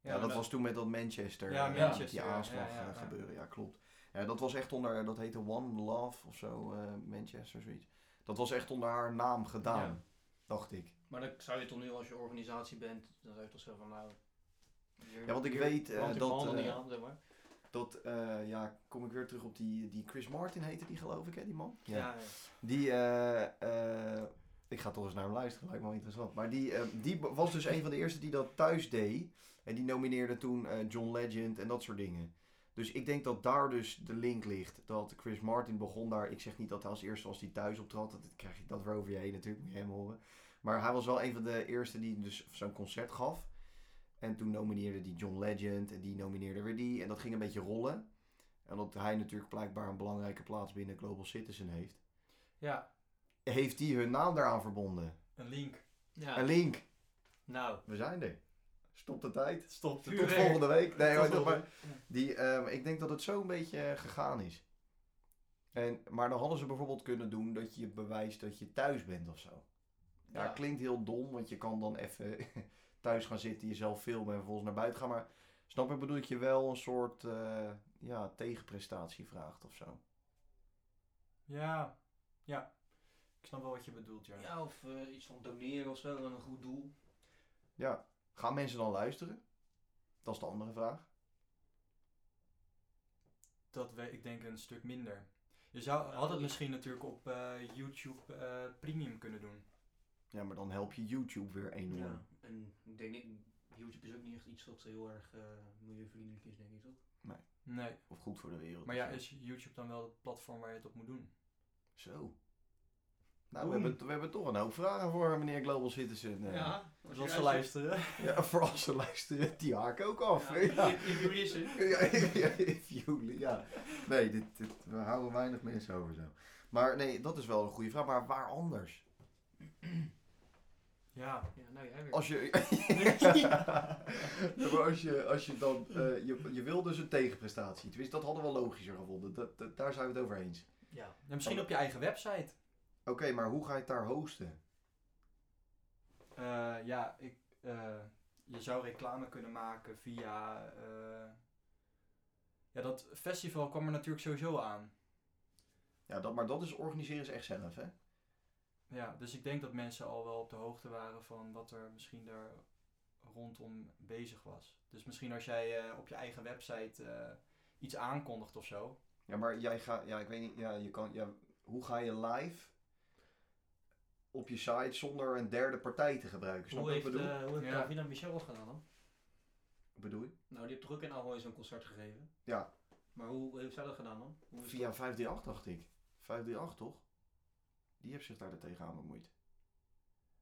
[SPEAKER 1] Ja, dat was toen met dat Manchester,
[SPEAKER 2] Ja,
[SPEAKER 1] eh, met
[SPEAKER 2] Manchester,
[SPEAKER 1] die
[SPEAKER 2] ja,
[SPEAKER 1] aanslag
[SPEAKER 2] ja, ja,
[SPEAKER 1] eh,
[SPEAKER 2] ja.
[SPEAKER 1] gebeuren. Ja, klopt. Ja, dat was echt onder, dat heette One Love of zo, eh, Manchester, zoiets. Dat was echt onder haar naam gedaan,
[SPEAKER 2] Ja.
[SPEAKER 1] dacht ik.
[SPEAKER 3] Maar dan zou je toch nu als je organisatie bent, dan zou je toch zeggen van, nou... hier-
[SPEAKER 1] Ja, want ik
[SPEAKER 3] hier
[SPEAKER 1] weet eh,
[SPEAKER 3] brandt je mijn
[SPEAKER 1] dat,
[SPEAKER 3] handen
[SPEAKER 1] eh,
[SPEAKER 3] niet aan, zeg maar.
[SPEAKER 1] dat eh, ja, kom ik weer terug op die, die Chris Martin heette die, geloof ik, hè, die man?
[SPEAKER 3] Ja, ja.
[SPEAKER 1] Die, eh, eh, ik ga toch eens naar hem luisteren, lijkt me wel interessant. Maar die, eh, die was dus een van de eerste die dat thuis deed. En die nomineerde toen eh, John Legend en dat soort dingen. Dus ik denk dat daar dus de link ligt. Dat Chris Martin begon daar. Ik zeg niet dat hij als eerste was die thuis optrad. Dat dat krijg je dat weer over je heen natuurlijk, moet je hem horen. Maar hij was wel een van de eerste die dus zo'n concert gaf. En toen nomineerde die John Legend. En die nomineerde weer die. En dat ging een beetje rollen. En omdat hij natuurlijk blijkbaar een belangrijke plaats binnen Global Citizen heeft
[SPEAKER 2] Ja,
[SPEAKER 1] heeft die hun naam daaraan verbonden.
[SPEAKER 2] een link.
[SPEAKER 3] Ja,
[SPEAKER 1] En Link,
[SPEAKER 3] nou.
[SPEAKER 1] we zijn er. Stop de tijd.
[SPEAKER 2] Stop.
[SPEAKER 1] Tot volgende week. Nee,
[SPEAKER 2] Tot
[SPEAKER 1] maar-
[SPEAKER 2] volgende
[SPEAKER 1] maar, die, ehm, ik denk dat het zo een beetje eh, gegaan is. En, maar dan hadden ze bijvoorbeeld kunnen doen dat je bewijst dat je thuis bent of zo. Ja, klinkt heel dom, want je kan dan even <laughs> thuis gaan zitten, jezelf filmen en vervolgens naar buiten gaan. Maar snap ik bedoel dat je wel een soort eh, ja, tegenprestatie vraagt of zo.
[SPEAKER 2] Ja. Ja. Ik snap wel wat je bedoelt, ja.
[SPEAKER 3] Ja, of eh, iets van doneren of zo, aan een goed doel.
[SPEAKER 1] Ja, gaan mensen dan luisteren? Dat is de andere vraag.
[SPEAKER 2] Dat we, ik denk een stuk minder. Je zou, had het misschien natuurlijk op eh, YouTube eh, Premium kunnen doen.
[SPEAKER 1] Ja, maar dan help je YouTube weer enorm.
[SPEAKER 3] Ja. En ik denk, niet- YouTube is ook niet echt iets wat heel erg eh, milieuvriendelijk is, denk ik, toch?
[SPEAKER 2] Nee.
[SPEAKER 1] Of goed voor de wereld.
[SPEAKER 2] Maar ja,
[SPEAKER 1] of zo.
[SPEAKER 2] is YouTube dan wel het platform waar je het op moet doen?
[SPEAKER 1] Zo. Nou, we
[SPEAKER 2] Doen.
[SPEAKER 1] hebben, we hebben toch een hoop vragen voor meneer Global Citizen. eh.
[SPEAKER 3] als
[SPEAKER 2] Dus
[SPEAKER 3] je
[SPEAKER 2] als ze
[SPEAKER 3] luistert-
[SPEAKER 2] luisteren.
[SPEAKER 1] Ja, voor als ze luisteren, die haak ook af.
[SPEAKER 3] Ja,
[SPEAKER 1] hè? Ja.
[SPEAKER 3] <laughs> if- if you listen.
[SPEAKER 1] <laughs> Ja, if you- if you li- ja. Nee, dit, dit, we houden weinig mensen over zo. Maar nee, dat is wel een goede vraag. Maar waar anders?
[SPEAKER 2] Ja.
[SPEAKER 3] Ja, nou jij weer.
[SPEAKER 1] Als je, <laughs> Ja, maar als je, als je dan, eh, je, je wil dus een tegenprestatie. Tenminste, dat hadden we logischer gevonden. Dat, dat- daar zijn we het over eens.
[SPEAKER 2] ja. En misschien op je eigen website.
[SPEAKER 1] Oké, maar hoe ga je het daar hosten?
[SPEAKER 2] Eh, ja, ik, eh, je zou reclame kunnen maken via. eh, ja, dat festival kwam er natuurlijk sowieso aan.
[SPEAKER 1] Ja, dat, maar dat is organiseren ze echt zelf, hè?
[SPEAKER 2] Ja, dus ik denk dat mensen al wel op de hoogte waren van wat er misschien daar rondom bezig was. Dus misschien als jij eh, op je eigen website eh, iets aankondigt of zo.
[SPEAKER 1] Ja, maar jij gaat, ja, ik weet niet, ja, je kan, ja, hoe ga je live op je site zonder een derde partij te gebruiken? Snap
[SPEAKER 3] Hoe
[SPEAKER 1] je wat
[SPEAKER 3] heeft,
[SPEAKER 1] ik bedoel?
[SPEAKER 3] eh, hoe heeft
[SPEAKER 2] Ja.
[SPEAKER 3] Davina Michel dat gedaan dan?
[SPEAKER 1] bedoel je?
[SPEAKER 3] Nou, die heeft druk en alcohol eens een concert gegeven.
[SPEAKER 1] Ja.
[SPEAKER 3] Maar hoe heeft zij dat gedaan dan? Hoe is
[SPEAKER 1] Via 538 dacht ik. 538 toch? Die heeft zich daar tegenaan bemoeid.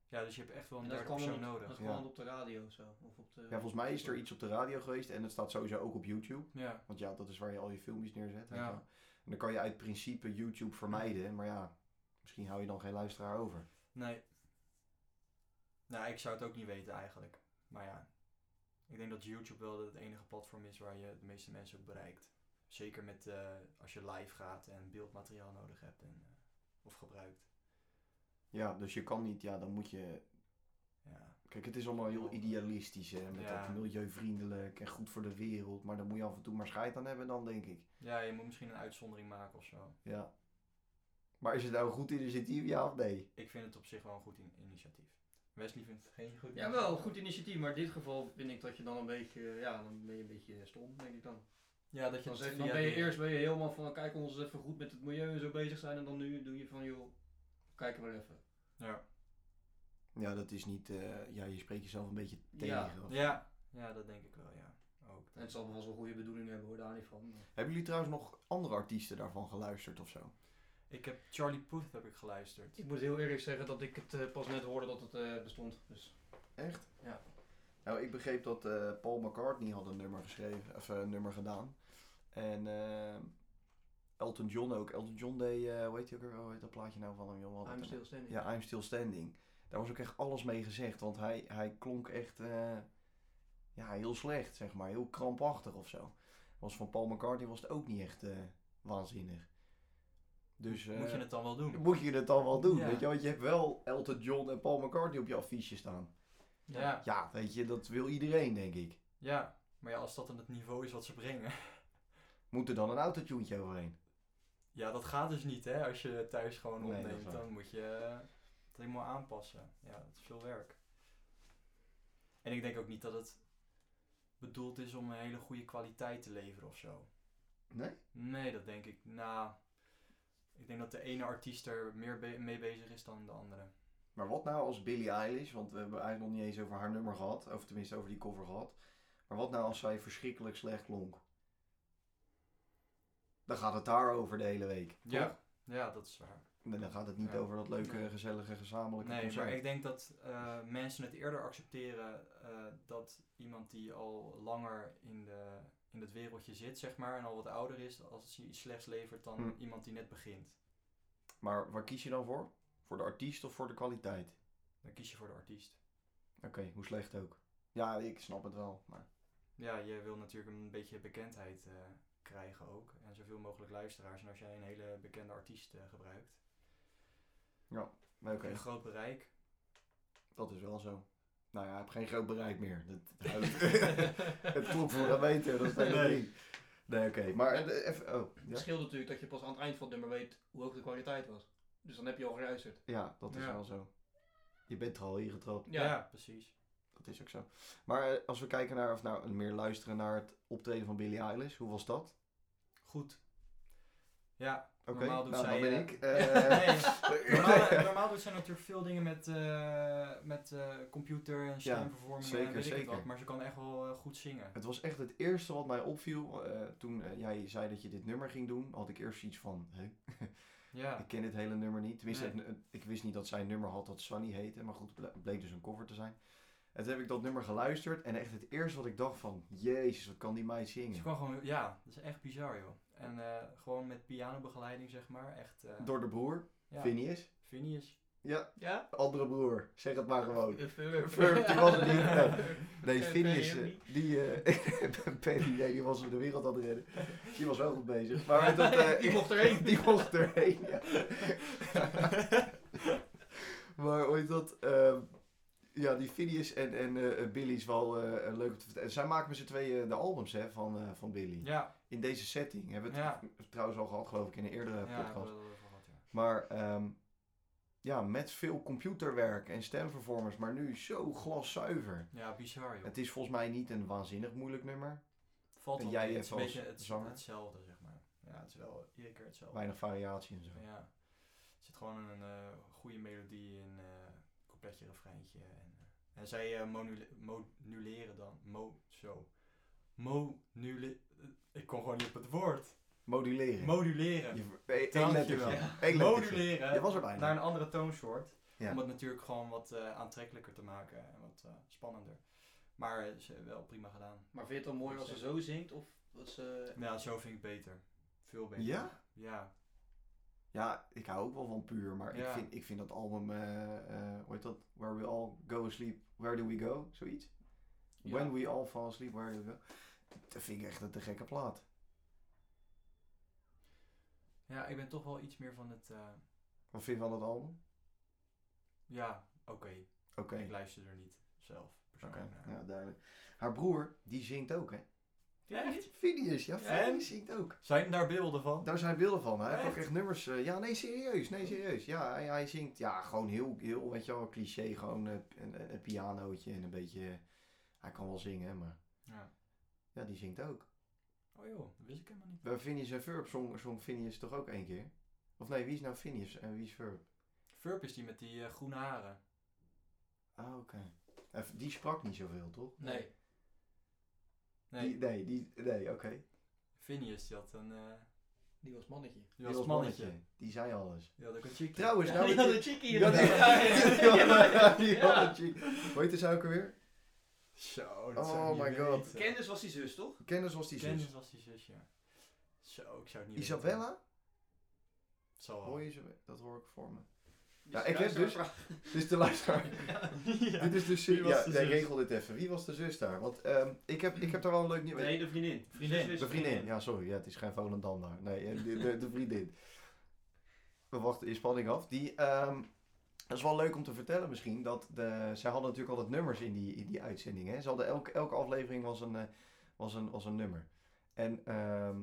[SPEAKER 2] Ja, dus je hebt echt wel een
[SPEAKER 3] En dat
[SPEAKER 2] derde
[SPEAKER 3] kwam
[SPEAKER 2] persoon
[SPEAKER 3] op-
[SPEAKER 2] nodig.
[SPEAKER 3] Dat kwam
[SPEAKER 1] ja.
[SPEAKER 3] op de radio of zo. Of op de,
[SPEAKER 1] Ja, volgens mij is er iets op de radio geweest en het staat sowieso ook op YouTube.
[SPEAKER 2] Ja,
[SPEAKER 1] Want ja, dat is waar je al je filmpjes neerzet. weet
[SPEAKER 2] Ja.
[SPEAKER 1] je wel. En dan kan je uit principe YouTube vermijden. Maar ja, misschien hou je dan geen luisteraar over.
[SPEAKER 2] nee. Nou, ik zou het ook niet weten eigenlijk. Maar ja, ik denk dat YouTube wel het enige platform is waar je de meeste mensen ook bereikt. Zeker met eh, als je live gaat en beeldmateriaal nodig hebt en, eh, of gebruikt.
[SPEAKER 1] Ja, dus je kan niet, ja, dan moet je...
[SPEAKER 2] Ja.
[SPEAKER 1] Kijk, het is allemaal heel idealistisch, hè. Met
[SPEAKER 2] Ja.
[SPEAKER 1] dat milieuvriendelijk en goed voor de wereld. Maar daar moet je af en toe maar scheid aan hebben dan, denk ik.
[SPEAKER 2] ja, je moet misschien een uitzondering maken of zo.
[SPEAKER 1] Ja. Maar is het nou een goed initiatief, ja of nee?
[SPEAKER 2] Ik vind het op zich wel een goed in- initiatief. Wesley vindt het geen goed
[SPEAKER 3] Ja, wel, goed initiatief, maar in dit geval vind ik dat je dan een beetje, ja, dan ben je een beetje stom, denk ik dan.
[SPEAKER 2] Ja, dat je
[SPEAKER 3] Dan,
[SPEAKER 2] het
[SPEAKER 3] zeg,
[SPEAKER 2] via
[SPEAKER 3] dan ben je
[SPEAKER 2] de-
[SPEAKER 3] eerst ben je helemaal van, kijk, ons even goed met het milieu en zo bezig zijn, en dan nu doe je van, joh, kijk maar even.
[SPEAKER 2] Ja.
[SPEAKER 1] Ja, dat is niet... eh, ja, je spreekt jezelf een beetje
[SPEAKER 3] Ja.
[SPEAKER 1] tegen. of-
[SPEAKER 2] Ja. ja, dat denk ik wel, ja. Ook.
[SPEAKER 3] En het zal wel eens een goede bedoeling hebben, hoor, daar niet van. maar-
[SPEAKER 1] Hebben jullie trouwens nog andere artiesten daarvan geluisterd of zo?
[SPEAKER 2] Ik heb Charlie Puth heb ik geluisterd.
[SPEAKER 3] Ik moet heel eerlijk zeggen dat ik het eh, pas net hoorde dat het eh, bestond, dus
[SPEAKER 1] Echt?
[SPEAKER 3] Ja.
[SPEAKER 1] Nou, ik begreep dat eh, Paul McCartney had een nummer geschreven, of eh, een nummer gedaan. En ehm, Elton John ook. Elton John deed, eh, hoe heet hij ook weer? Hoe heet dat plaatje nou van hem? Jongen,
[SPEAKER 3] I'm still standing. <laughs>
[SPEAKER 1] Ja, <laughs> I'm Still Standing. Daar was ook echt alles mee gezegd, want hij, hij klonk echt eh, ja, heel slecht, zeg maar. Heel krampachtig of zo. Was van Paul McCartney was het ook niet echt eh, waanzinnig. Dus, eh,
[SPEAKER 2] Moet je het dan wel doen?
[SPEAKER 1] moet je het dan wel doen,
[SPEAKER 2] Ja.
[SPEAKER 1] weet je? Want je hebt wel Elton John en Paul McCartney op je affiche staan.
[SPEAKER 2] Ja.
[SPEAKER 1] Ja, weet je, dat wil iedereen, denk ik.
[SPEAKER 2] Ja, maar ja, als dat dan het niveau is wat ze brengen. <laughs>
[SPEAKER 1] Moet er dan een autotuntje overheen?
[SPEAKER 2] Ja, dat gaat dus niet, hè. Als je thuis gewoon
[SPEAKER 1] Nee, dat is
[SPEAKER 2] opneemt,
[SPEAKER 1] waar.
[SPEAKER 2] dan moet je eh, het helemaal aanpassen. Ja, dat is veel werk. En ik denk ook niet dat het bedoeld is om een hele goede kwaliteit te leveren of zo.
[SPEAKER 1] Nee?
[SPEAKER 2] Nee, dat denk ik. Nou, ik denk dat de ene artiest er meer be- mee bezig is dan de andere.
[SPEAKER 1] Maar wat nou als Billie Eilish, want we hebben eigenlijk nog niet eens over haar nummer gehad, of tenminste over die cover gehad. Maar wat nou als zij verschrikkelijk slecht klonk? Dan gaat het daar over de hele week. toch?
[SPEAKER 2] Ja. Ja, dat is waar.
[SPEAKER 1] En dan gaat het niet
[SPEAKER 2] Ja.
[SPEAKER 1] over dat leuke,
[SPEAKER 3] Nee.
[SPEAKER 1] gezellige, gezamenlijke
[SPEAKER 2] Nee,
[SPEAKER 1] concert.
[SPEAKER 2] maar ik denk dat eh, mensen het eerder accepteren eh, dat iemand die al langer in, de, in het wereldje zit, zeg maar, en al wat ouder is, als hij iets slechts levert dan
[SPEAKER 1] Hm.
[SPEAKER 2] iemand die net begint.
[SPEAKER 1] Maar waar kies je dan voor? Voor de artiest of voor de kwaliteit?
[SPEAKER 2] Dan kies je voor de artiest.
[SPEAKER 1] Oké, hoe slecht ook. Ja, ik snap het wel. Maar...
[SPEAKER 2] Ja, je wil natuurlijk een beetje bekendheid eh, krijgen ook. En zoveel mogelijk luisteraars. En als jij een hele bekende artiest eh, gebruikt,
[SPEAKER 1] maar Oké,
[SPEAKER 2] heb je een groot bereik.
[SPEAKER 1] dat is wel zo. Nou ja, ik heb geen groot bereik meer.
[SPEAKER 2] <laughs>
[SPEAKER 1] Dat, dat- Het klopt voor een meter, dat is het hele
[SPEAKER 2] Nee.
[SPEAKER 1] ding. Nee, oké. Maar eh, even... Oh,
[SPEAKER 3] Het
[SPEAKER 1] ja?
[SPEAKER 3] scheelt natuurlijk dat je pas aan het eind van het nummer weet hoe hoog de kwaliteit was. Dus dan heb je al geluisterd.
[SPEAKER 1] ja, dat is
[SPEAKER 2] Ja.
[SPEAKER 1] wel zo. Je bent er al ingetrapt.
[SPEAKER 2] Ja,
[SPEAKER 3] Ja.
[SPEAKER 2] precies.
[SPEAKER 1] Dat is ook zo. Maar eh, als we kijken naar, of nou meer luisteren naar het optreden van Billie Eilish, hoe was dat?
[SPEAKER 2] Goed. Ja,
[SPEAKER 1] Oké,
[SPEAKER 2] Normaal doet
[SPEAKER 1] nou, dan
[SPEAKER 2] zij,
[SPEAKER 1] ben
[SPEAKER 2] eh, <laughs>
[SPEAKER 1] ik.
[SPEAKER 2] nee,
[SPEAKER 1] <laughs> eh,
[SPEAKER 2] normaal, normaal doen ze natuurlijk veel dingen met, eh, met eh, computer en stemvervorming en
[SPEAKER 1] zeker,
[SPEAKER 2] weet ik het
[SPEAKER 1] zeker.
[SPEAKER 2] wat. Maar ze kan echt wel eh, goed zingen.
[SPEAKER 1] Het was echt het eerste wat mij opviel. eh, toen eh, jij zei dat je dit nummer ging doen, had ik eerst iets van... hè,
[SPEAKER 2] Ja,
[SPEAKER 1] Ik ken dit hele nummer niet. Tenminste,
[SPEAKER 2] Nee.
[SPEAKER 1] het nu- ik wist niet dat zij een nummer had dat Sunny heette. Maar goed, het ble- bleek dus een cover te zijn. En toen heb ik dat nummer geluisterd. En echt het eerste wat ik dacht van... Jezus, wat kan die meid
[SPEAKER 2] ze
[SPEAKER 1] zingen.
[SPEAKER 2] kan gewoon, ja, dat is echt bizar joh. En eh, gewoon met pianobegeleiding zeg maar, echt. eh,
[SPEAKER 1] Door de broer,
[SPEAKER 2] ja,
[SPEAKER 1] Phineas.
[SPEAKER 2] Phineas.
[SPEAKER 1] Ja,
[SPEAKER 3] Ja?
[SPEAKER 1] andere broer. Zeg het maar gewoon.
[SPEAKER 3] Verb,
[SPEAKER 1] Oh. Verb, die was er niet.
[SPEAKER 3] <laughs>
[SPEAKER 1] Nee,
[SPEAKER 3] Ken-
[SPEAKER 1] Phineas,
[SPEAKER 3] ken je hem
[SPEAKER 1] eh, die, eh <laughs> Penny, nee, die was de wereld aan het redden. <laughs> Die was wel goed
[SPEAKER 2] <laughs>
[SPEAKER 1] bezig. Maar dat, eh,
[SPEAKER 3] Die mocht
[SPEAKER 1] <laughs>
[SPEAKER 3] erheen.
[SPEAKER 1] Die mocht erheen, ja. <laughs> maar ooit dat... ehm, ja, die Phineas en, en eh, Billy is wel eh, eh, leuk om te vertellen. Zij maken met z'n tweeën de albums hè, van, eh, van Billy.
[SPEAKER 2] Ja,
[SPEAKER 1] In deze setting hebben we het
[SPEAKER 2] Ja.
[SPEAKER 1] <laughs> trouwens al gehad, geloof ik, in een eerdere
[SPEAKER 2] ja, ik
[SPEAKER 1] Eh, podcast.
[SPEAKER 2] wil dat wel wat, ja.
[SPEAKER 1] Maar ehm, ja, met veel computerwerk en stemvervormers, maar nu zo glaszuiver.
[SPEAKER 2] ja, bizar joh.
[SPEAKER 1] Het is volgens mij niet een waanzinnig moeilijk nummer.
[SPEAKER 2] Valt
[SPEAKER 1] En
[SPEAKER 2] wel
[SPEAKER 1] jij
[SPEAKER 2] mee. het
[SPEAKER 1] hebt
[SPEAKER 2] is een
[SPEAKER 1] als
[SPEAKER 2] beetje het,
[SPEAKER 1] zanger?
[SPEAKER 2] hetzelfde, zeg maar. Ja, het is wel iedere keer hetzelfde.
[SPEAKER 1] Weinig variatie en zo.
[SPEAKER 2] Ja. Er zit gewoon een eh, goede melodie in, eh, een coupletje, refreintje. En, eh, en zij eh, monule- moduleren dan. Mo, zo. Monule... eh, Ik kon gewoon niet op het woord.
[SPEAKER 1] Moduleren.
[SPEAKER 2] Moduleren.
[SPEAKER 1] Je ver- eh, één
[SPEAKER 2] Dankjewel.
[SPEAKER 1] lettertje.
[SPEAKER 3] Ja.
[SPEAKER 1] Eén lettertje.
[SPEAKER 2] moduleren
[SPEAKER 1] Je was er bijna.
[SPEAKER 2] naar een andere toonsoort.
[SPEAKER 1] Ja.
[SPEAKER 2] Om het natuurlijk gewoon wat eh, aantrekkelijker te maken en wat eh, spannender. Maar eh, ze wel prima gedaan.
[SPEAKER 3] Maar vind je het dan mooi als ze zo zingt? Of dat ze...
[SPEAKER 2] Ja, zo vind ik beter. Veel beter.
[SPEAKER 1] Ja?
[SPEAKER 2] Ja.
[SPEAKER 1] Ja, ik hou ook wel van puur, maar ik,
[SPEAKER 2] Ja.
[SPEAKER 1] vind, ik vind dat album, eh, eh, hoe heet dat? Where we all go asleep, where do we go? Zoiets.
[SPEAKER 3] Ja.
[SPEAKER 1] When we all fall asleep, where do we go? Dat vind ik echt een te gekke plaat.
[SPEAKER 2] Ja, ik ben toch wel iets meer van het... eh,
[SPEAKER 1] Wat vind je van dat album?
[SPEAKER 2] ja, oké.
[SPEAKER 1] Oké.
[SPEAKER 2] Ik luister er niet zelf persoonlijk
[SPEAKER 1] Oké,
[SPEAKER 2] naar.
[SPEAKER 1] ja, duidelijk. Haar broer, die zingt ook, hè?
[SPEAKER 2] Echt?
[SPEAKER 1] Phineas, ja,
[SPEAKER 2] Ja,
[SPEAKER 1] Phineas zingt ook.
[SPEAKER 2] Zijn daar beelden van?
[SPEAKER 1] Daar zijn beelden van. Hij heeft ook
[SPEAKER 2] Echt?
[SPEAKER 1] echt nummers. eh, ja, nee, serieus. Nee, serieus. Ja, hij, hij zingt ja, gewoon heel, heel, weet je wel, cliché. Gewoon eh, een, een, een pianootje en een beetje... Hij kan wel zingen, maar...
[SPEAKER 2] Ja.
[SPEAKER 1] Ja, die zingt ook.
[SPEAKER 2] Oh joh, dat wist ik helemaal niet.
[SPEAKER 1] Bij Phineas en Verb zong, zong Phineas toch ook één keer? Of nee, wie is nou Phineas en wie is Verb?
[SPEAKER 2] Furp is die met die eh, groene haren.
[SPEAKER 1] Ah, oké. Eh, Die sprak niet zoveel, toch?
[SPEAKER 3] Nee.
[SPEAKER 2] Nee,
[SPEAKER 1] Die, nee, die, nee, oké.
[SPEAKER 2] Phineas die had een... eh,
[SPEAKER 3] Die was mannetje.
[SPEAKER 2] die was het mannetje.
[SPEAKER 1] Die zei alles.
[SPEAKER 2] Die had ook een chickie.
[SPEAKER 1] Trouwens,
[SPEAKER 3] Ja,
[SPEAKER 1] nou...
[SPEAKER 3] die
[SPEAKER 1] met
[SPEAKER 3] had
[SPEAKER 1] die-
[SPEAKER 3] een chickie
[SPEAKER 1] die had-
[SPEAKER 3] inderdaad.
[SPEAKER 1] die had-
[SPEAKER 3] Ja.
[SPEAKER 1] die had een chick. Hoe heet de ook alweer?
[SPEAKER 2] Zo, dat
[SPEAKER 1] Oh
[SPEAKER 2] zou ik niet
[SPEAKER 1] my god.
[SPEAKER 2] weten.
[SPEAKER 3] Candice was die zus, toch?
[SPEAKER 1] Kennis was die zus.
[SPEAKER 2] Candice was die zus, ja. Zo, ik zou het niet weten.
[SPEAKER 1] Isabella?
[SPEAKER 2] Zal wel.
[SPEAKER 1] Hoor je ze? Dat hoor ik voor me.
[SPEAKER 3] Die
[SPEAKER 1] Ja, ik heb
[SPEAKER 3] luisteraar
[SPEAKER 1] dus- <laughs> Dit is de luisteraar.
[SPEAKER 2] Ja.
[SPEAKER 1] Dit is dus...
[SPEAKER 2] Wie was
[SPEAKER 1] Ja,
[SPEAKER 2] de
[SPEAKER 1] nee,
[SPEAKER 2] zus?
[SPEAKER 1] regel dit even. Wie was de zus daar? Want ehm, ik, heb, ik heb daar wel een leuk nieuw...
[SPEAKER 3] Nee, de vriendin.
[SPEAKER 2] Vriendin.
[SPEAKER 3] Zus is
[SPEAKER 1] De vriendin, ja, sorry. Ja, het is geen Volendam daar. Nee, eh, de, de, de vriendin. We wachten in spanning af. Die, ehm, dat is wel leuk om te vertellen misschien. Dat de, zij hadden natuurlijk altijd nummers in die, in die uitzending. Hè? Ze hadden elke, elke aflevering was een, eh, was een, was een nummer. En ehm,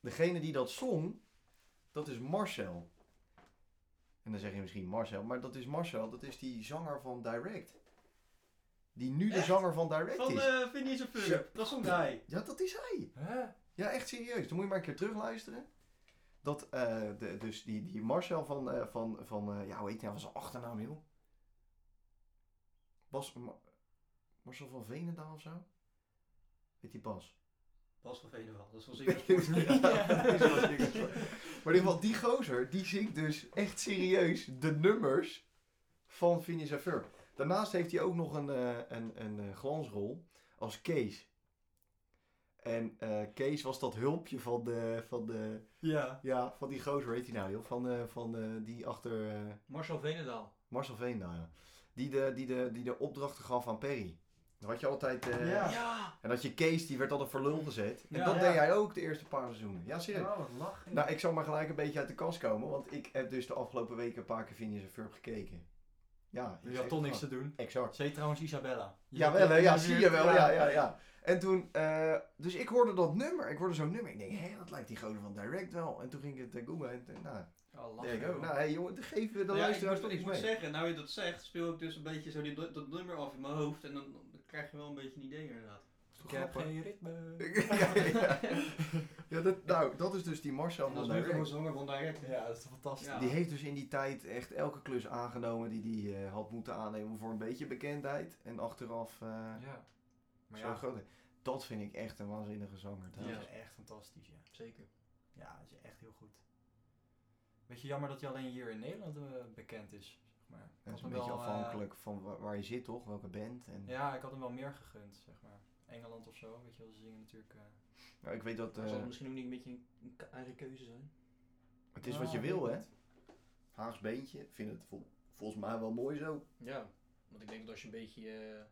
[SPEAKER 1] degene die dat zong, dat is Marcel. En dan zeg je misschien Marcel, maar dat is Marcel. Dat is die zanger van Direct. Die nu de
[SPEAKER 3] Echt?
[SPEAKER 1] zanger van Direct
[SPEAKER 3] Van
[SPEAKER 1] is.
[SPEAKER 3] eh Phineas en Ferb. Dat stond hij.
[SPEAKER 1] Ja, dat is hij.
[SPEAKER 2] Hè?
[SPEAKER 1] Ja, echt serieus. Dan moet je maar een keer terugluisteren. Dat, eh, de, dus die, die Marcel van, eh, van, van eh, ja, hoe heet hij nou van zijn achternaam, joh? Bas, Ma- Marcel van Venendaal of zo? Heet die Bas?
[SPEAKER 3] Bas van Venendaal.
[SPEAKER 1] <laughs>
[SPEAKER 3] Dat was
[SPEAKER 1] Ja,
[SPEAKER 3] ik. <laughs>
[SPEAKER 1] die was ik ook voor. Maar in ieder geval, die gozer, die zingt dus echt serieus de nummers van Phineas en Ferb. Daarnaast heeft hij ook nog een, eh, een, een eh, glansrol als Kees. En eh, Kees was dat hulpje van de, van de,
[SPEAKER 2] Ja.
[SPEAKER 1] ja, van die gozer, weet hij nou joh, van, eh, van eh, die achter eh,
[SPEAKER 3] Marcel Venendaal.
[SPEAKER 1] Marcel Veendaal, ja. Die de, die, de, die de opdrachten gaf aan Perry. Dan had je altijd, eh,
[SPEAKER 2] Ja.
[SPEAKER 3] Ja.
[SPEAKER 1] en dat je Kees, die werd altijd voor lul gezet. En
[SPEAKER 2] Ja,
[SPEAKER 1] dat
[SPEAKER 2] ja.
[SPEAKER 1] deed hij ook de eerste paar seizoenen. Ja, serieus.
[SPEAKER 2] Oh, wat lachen.
[SPEAKER 1] Nou, ik zal maar gelijk een beetje uit de kast komen, want ik heb dus de afgelopen weken een paar keer Phineas en Ferb gekeken. Ja,
[SPEAKER 2] Je
[SPEAKER 1] zeg
[SPEAKER 2] had toch
[SPEAKER 1] het
[SPEAKER 2] niks
[SPEAKER 1] gewoon.
[SPEAKER 2] te doen.
[SPEAKER 1] Exact.
[SPEAKER 2] Zij trouwens Isabella. Je
[SPEAKER 1] Jawel,
[SPEAKER 2] hebt-
[SPEAKER 1] hè? Ja, zie je wel. Ja, ja,
[SPEAKER 2] Ja.
[SPEAKER 1] ja. En toen, eh, dus ik hoorde dat nummer. Ik hoorde zo'n nummer. Ik denk, hé, dat lijkt die gozer van Direct wel. En toen ging ik het eh, googlen en toen, nou,
[SPEAKER 3] Oh,
[SPEAKER 1] there you go. Nou, hé jongen, dan geven we de
[SPEAKER 3] ja, ik
[SPEAKER 1] luisteraars
[SPEAKER 3] moet,
[SPEAKER 1] toch
[SPEAKER 3] ik
[SPEAKER 1] iets
[SPEAKER 3] moet
[SPEAKER 1] mee.
[SPEAKER 3] zeggen, nou je dat zegt, speel ik dus een beetje zo die, dat nummer af in mijn hoofd en dan, dan krijg je wel een beetje een idee inderdaad.
[SPEAKER 2] Ik heb geen <laughs> ritme.
[SPEAKER 1] ja, ja. ja dat, nou, dat is dus die Marcel
[SPEAKER 3] En dat
[SPEAKER 1] van
[SPEAKER 3] is nu gewoon
[SPEAKER 1] Direct.
[SPEAKER 3] zanger van Direct.
[SPEAKER 2] Ja, dat is toch fantastisch.
[SPEAKER 3] Ja.
[SPEAKER 1] Die heeft dus in die tijd echt elke klus aangenomen die, die hij had moeten aannemen voor een beetje bekendheid. En achteraf... eh,
[SPEAKER 2] Ja. Maar
[SPEAKER 1] Zo
[SPEAKER 2] ja,
[SPEAKER 1] groot. Dat vind ik echt een waanzinnige zanger.
[SPEAKER 2] dat
[SPEAKER 1] trouwens.
[SPEAKER 2] is echt fantastisch, ja.
[SPEAKER 3] Zeker.
[SPEAKER 2] Ja, dat is echt heel goed. Beetje jammer dat hij alleen hier in Nederland eh, bekend is, zeg maar. Ik
[SPEAKER 1] Het
[SPEAKER 2] had
[SPEAKER 1] is een
[SPEAKER 2] hem
[SPEAKER 1] beetje
[SPEAKER 2] wel, eh,
[SPEAKER 1] afhankelijk van wa- waar je zit, toch? Welke band. En...
[SPEAKER 2] ja, ik had hem wel meer gegund, zeg maar. Engeland of zo, weet je wel, ze zingen natuurlijk... eh,
[SPEAKER 1] Nou, ik weet dat
[SPEAKER 3] Maar
[SPEAKER 1] eh,
[SPEAKER 3] zal het misschien ook niet een beetje een, een ke- eigen keuze zijn?
[SPEAKER 1] het is wat je
[SPEAKER 2] ah,
[SPEAKER 1] wil,
[SPEAKER 2] weet
[SPEAKER 1] hè?
[SPEAKER 2] ik niet.
[SPEAKER 1] Haags beentje. Ik Vind het vol- volgens mij wel mooi zo.
[SPEAKER 3] Ja, want ik denk dat als je een beetje, eh,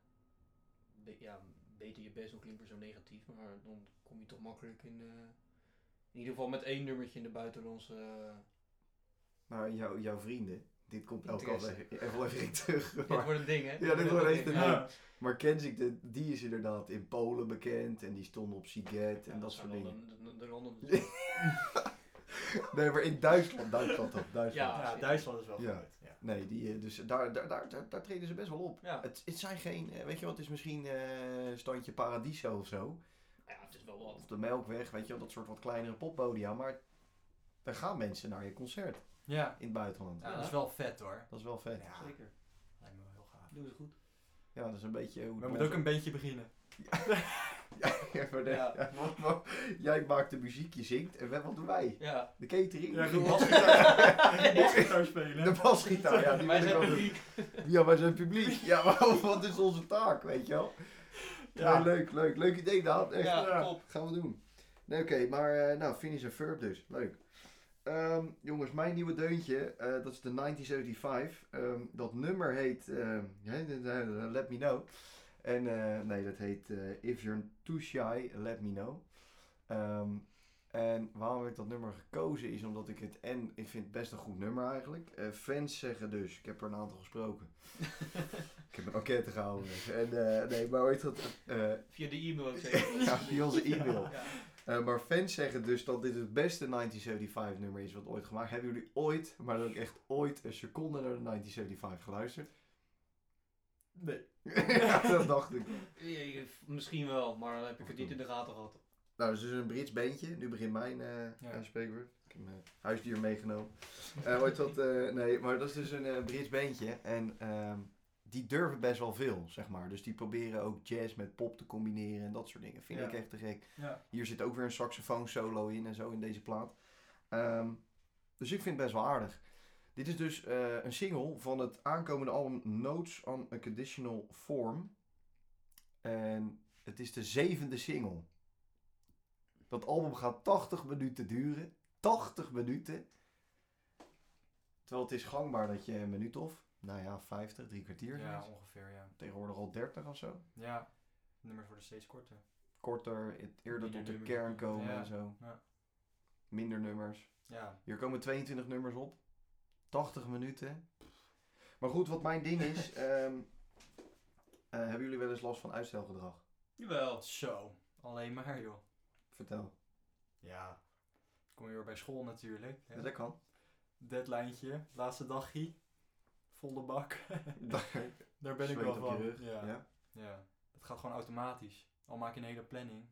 [SPEAKER 3] be- ja, beter je best, dan klinkt weer zo negatief, maar dan kom je toch makkelijk in, eh, in ieder geval met één nummertje in de
[SPEAKER 1] <laughs>
[SPEAKER 3] buitenlandse... eh,
[SPEAKER 1] Maar jouw jouw vrienden, dit komt elke
[SPEAKER 3] Interesse.
[SPEAKER 1] aflevering even, even
[SPEAKER 2] <laughs>
[SPEAKER 1] terug.
[SPEAKER 3] dit
[SPEAKER 1] Maar,
[SPEAKER 3] wordt een ding, hè?
[SPEAKER 1] Ja, dit wordt echt
[SPEAKER 3] een
[SPEAKER 1] een
[SPEAKER 3] ding.
[SPEAKER 1] ding. maar Kensington, die is inderdaad in Polen bekend en die stond op Siget en
[SPEAKER 3] Ja,
[SPEAKER 1] dat
[SPEAKER 3] zijn
[SPEAKER 1] soort dingen.
[SPEAKER 3] landen- De, de, de landen...
[SPEAKER 1] <laughs> Nee, maar in Duitsland, Duitsland dat, Duitsland.
[SPEAKER 3] Ja,
[SPEAKER 2] Ja, Duitsland is wel
[SPEAKER 1] Ja.
[SPEAKER 2] goed. Ja.
[SPEAKER 1] Nee, die, eh, dus daar, daar, daar, daar, daar treden ze best wel op.
[SPEAKER 3] ja.
[SPEAKER 1] Het, het zijn geen, eh, weet je wel, het is misschien eh, standje Paradiso of zo.
[SPEAKER 3] ja, het is wel wat.
[SPEAKER 1] Of de Melkweg, weet je wel, dat soort wat kleinere poppodia. Maar daar gaan mensen naar je concert
[SPEAKER 2] Ja.
[SPEAKER 1] in het buitenland.
[SPEAKER 2] dat is wel vet hoor.
[SPEAKER 1] Dat is wel vet.
[SPEAKER 2] Ja,
[SPEAKER 3] Zeker.
[SPEAKER 2] lijkt me wel heel gaaf.
[SPEAKER 3] Doe het goed.
[SPEAKER 1] Ja, dat is een beetje hoe
[SPEAKER 2] Maar
[SPEAKER 1] het
[SPEAKER 2] moet ook een beetje beginnen.
[SPEAKER 1] Ja, maar de-
[SPEAKER 3] Ja.
[SPEAKER 1] <laughs> ja, wat- wat- jij maakt de muziek, je zingt. En wat wat doen wij?
[SPEAKER 3] Ja.
[SPEAKER 1] De catering.
[SPEAKER 2] Ja,
[SPEAKER 1] <laughs> de
[SPEAKER 2] de basgitaar. basgitaar spelen.
[SPEAKER 1] De basgitaar, ja. Die
[SPEAKER 3] Wij
[SPEAKER 1] wil ik
[SPEAKER 3] zijn
[SPEAKER 1] wel
[SPEAKER 3] publiek.
[SPEAKER 1] doen. Ja, wij zijn
[SPEAKER 3] <laughs>
[SPEAKER 1] publiek. Ja, maar wat is onze taak, weet je wel? Ja,
[SPEAKER 2] Ja.
[SPEAKER 1] leuk, leuk. Leuk idee, Daan. Echt.
[SPEAKER 3] Ja,
[SPEAKER 2] Ja.
[SPEAKER 3] top.
[SPEAKER 1] Gaan we doen. Nee, oké, maar eh, nou, finish en verb dus. Leuk. Ehm, jongens, mijn nieuwe deuntje, eh, dat is de 1975. Ehm, dat nummer heet ehm, hè, de- de- de- Let Me Know. En eh, nee, dat heet eh, If You're Too Shy, Let Me Know. Ehm, en waarom heb ik dat nummer gekozen is omdat ik het en ik vind het best een goed nummer eigenlijk. Eh, fans zeggen dus, ik heb er een aantal gesproken. ik heb een enquête gehouden. En eh, nee, maar weet je dat? eh,
[SPEAKER 3] <laughs> Via de e-mail ook zeker.
[SPEAKER 1] ja, via onze e-mail.
[SPEAKER 3] Ja.
[SPEAKER 1] Eh, maar fans zeggen dus dat dit het beste 1975 nummer is wat ooit gemaakt. Hebben jullie ooit, maar dan ook echt ooit, een seconde naar de 1975 geluisterd?
[SPEAKER 2] Nee.
[SPEAKER 1] <laughs> <laughs> ja, dat dacht ik.
[SPEAKER 3] Eh, eh, Misschien wel, maar dan heb ik
[SPEAKER 1] Of
[SPEAKER 3] het niet
[SPEAKER 1] doen.
[SPEAKER 3] in de gaten gehad.
[SPEAKER 1] Nou, dat is dus een Brits bandje. Nu begint mijn eh
[SPEAKER 2] Ja.
[SPEAKER 1] eh, spreekwoord. Ik heb mijn huisdier meegenomen. Eh wat dat, eh, nee, maar dat is dus een eh, Brits bandje. En ehm, die durven best wel veel, zeg maar. Dus die proberen ook jazz met pop te combineren en dat soort dingen. Vind
[SPEAKER 2] Ja.
[SPEAKER 1] ik echt te gek.
[SPEAKER 2] Ja.
[SPEAKER 1] Hier zit ook weer een saxofoon solo in en zo in deze plaat. Ehm, dus ik vind het best wel aardig. Dit is dus eh, een single van het aankomende album Notes on a Conditional Form. En het is de zevende single. Dat album gaat 80 minuten duren. 80 minuten. Terwijl het is gangbaar dat je een minuut of, nou ja, 50, drie kwartier.
[SPEAKER 2] Ja,
[SPEAKER 1] Ja.
[SPEAKER 2] ongeveer, ja.
[SPEAKER 1] Tegenwoordig al 30 of zo.
[SPEAKER 2] Ja, de nummers worden steeds korter.
[SPEAKER 1] Korter, het eerder tot de
[SPEAKER 3] Minder
[SPEAKER 1] kern
[SPEAKER 3] nummers.
[SPEAKER 1] komen
[SPEAKER 2] Ja,
[SPEAKER 1] en zo.
[SPEAKER 2] ja.
[SPEAKER 1] Minder nummers.
[SPEAKER 2] Ja.
[SPEAKER 1] Hier komen 22 nummers op. 80 minuten. Maar goed, wat mijn ding
[SPEAKER 2] <laughs>
[SPEAKER 1] is. ehm, eh, hebben jullie wel eens last van uitstelgedrag?
[SPEAKER 3] Jawel.
[SPEAKER 2] Zo. Alleen maar, joh.
[SPEAKER 1] Vertel.
[SPEAKER 2] Ja. Kom je weer bij school natuurlijk. hè.
[SPEAKER 1] Ja, dat
[SPEAKER 2] <laughs>
[SPEAKER 1] kan. <laughs>
[SPEAKER 2] Deadlijntje, laatste dagje. Volle bak. <laughs> Daar ben
[SPEAKER 1] Zweet
[SPEAKER 2] ik wel
[SPEAKER 1] op je
[SPEAKER 2] van.
[SPEAKER 1] rug,
[SPEAKER 2] Ja.
[SPEAKER 1] ja.
[SPEAKER 2] ja. Het gaat gewoon automatisch. Al maak je een hele planning.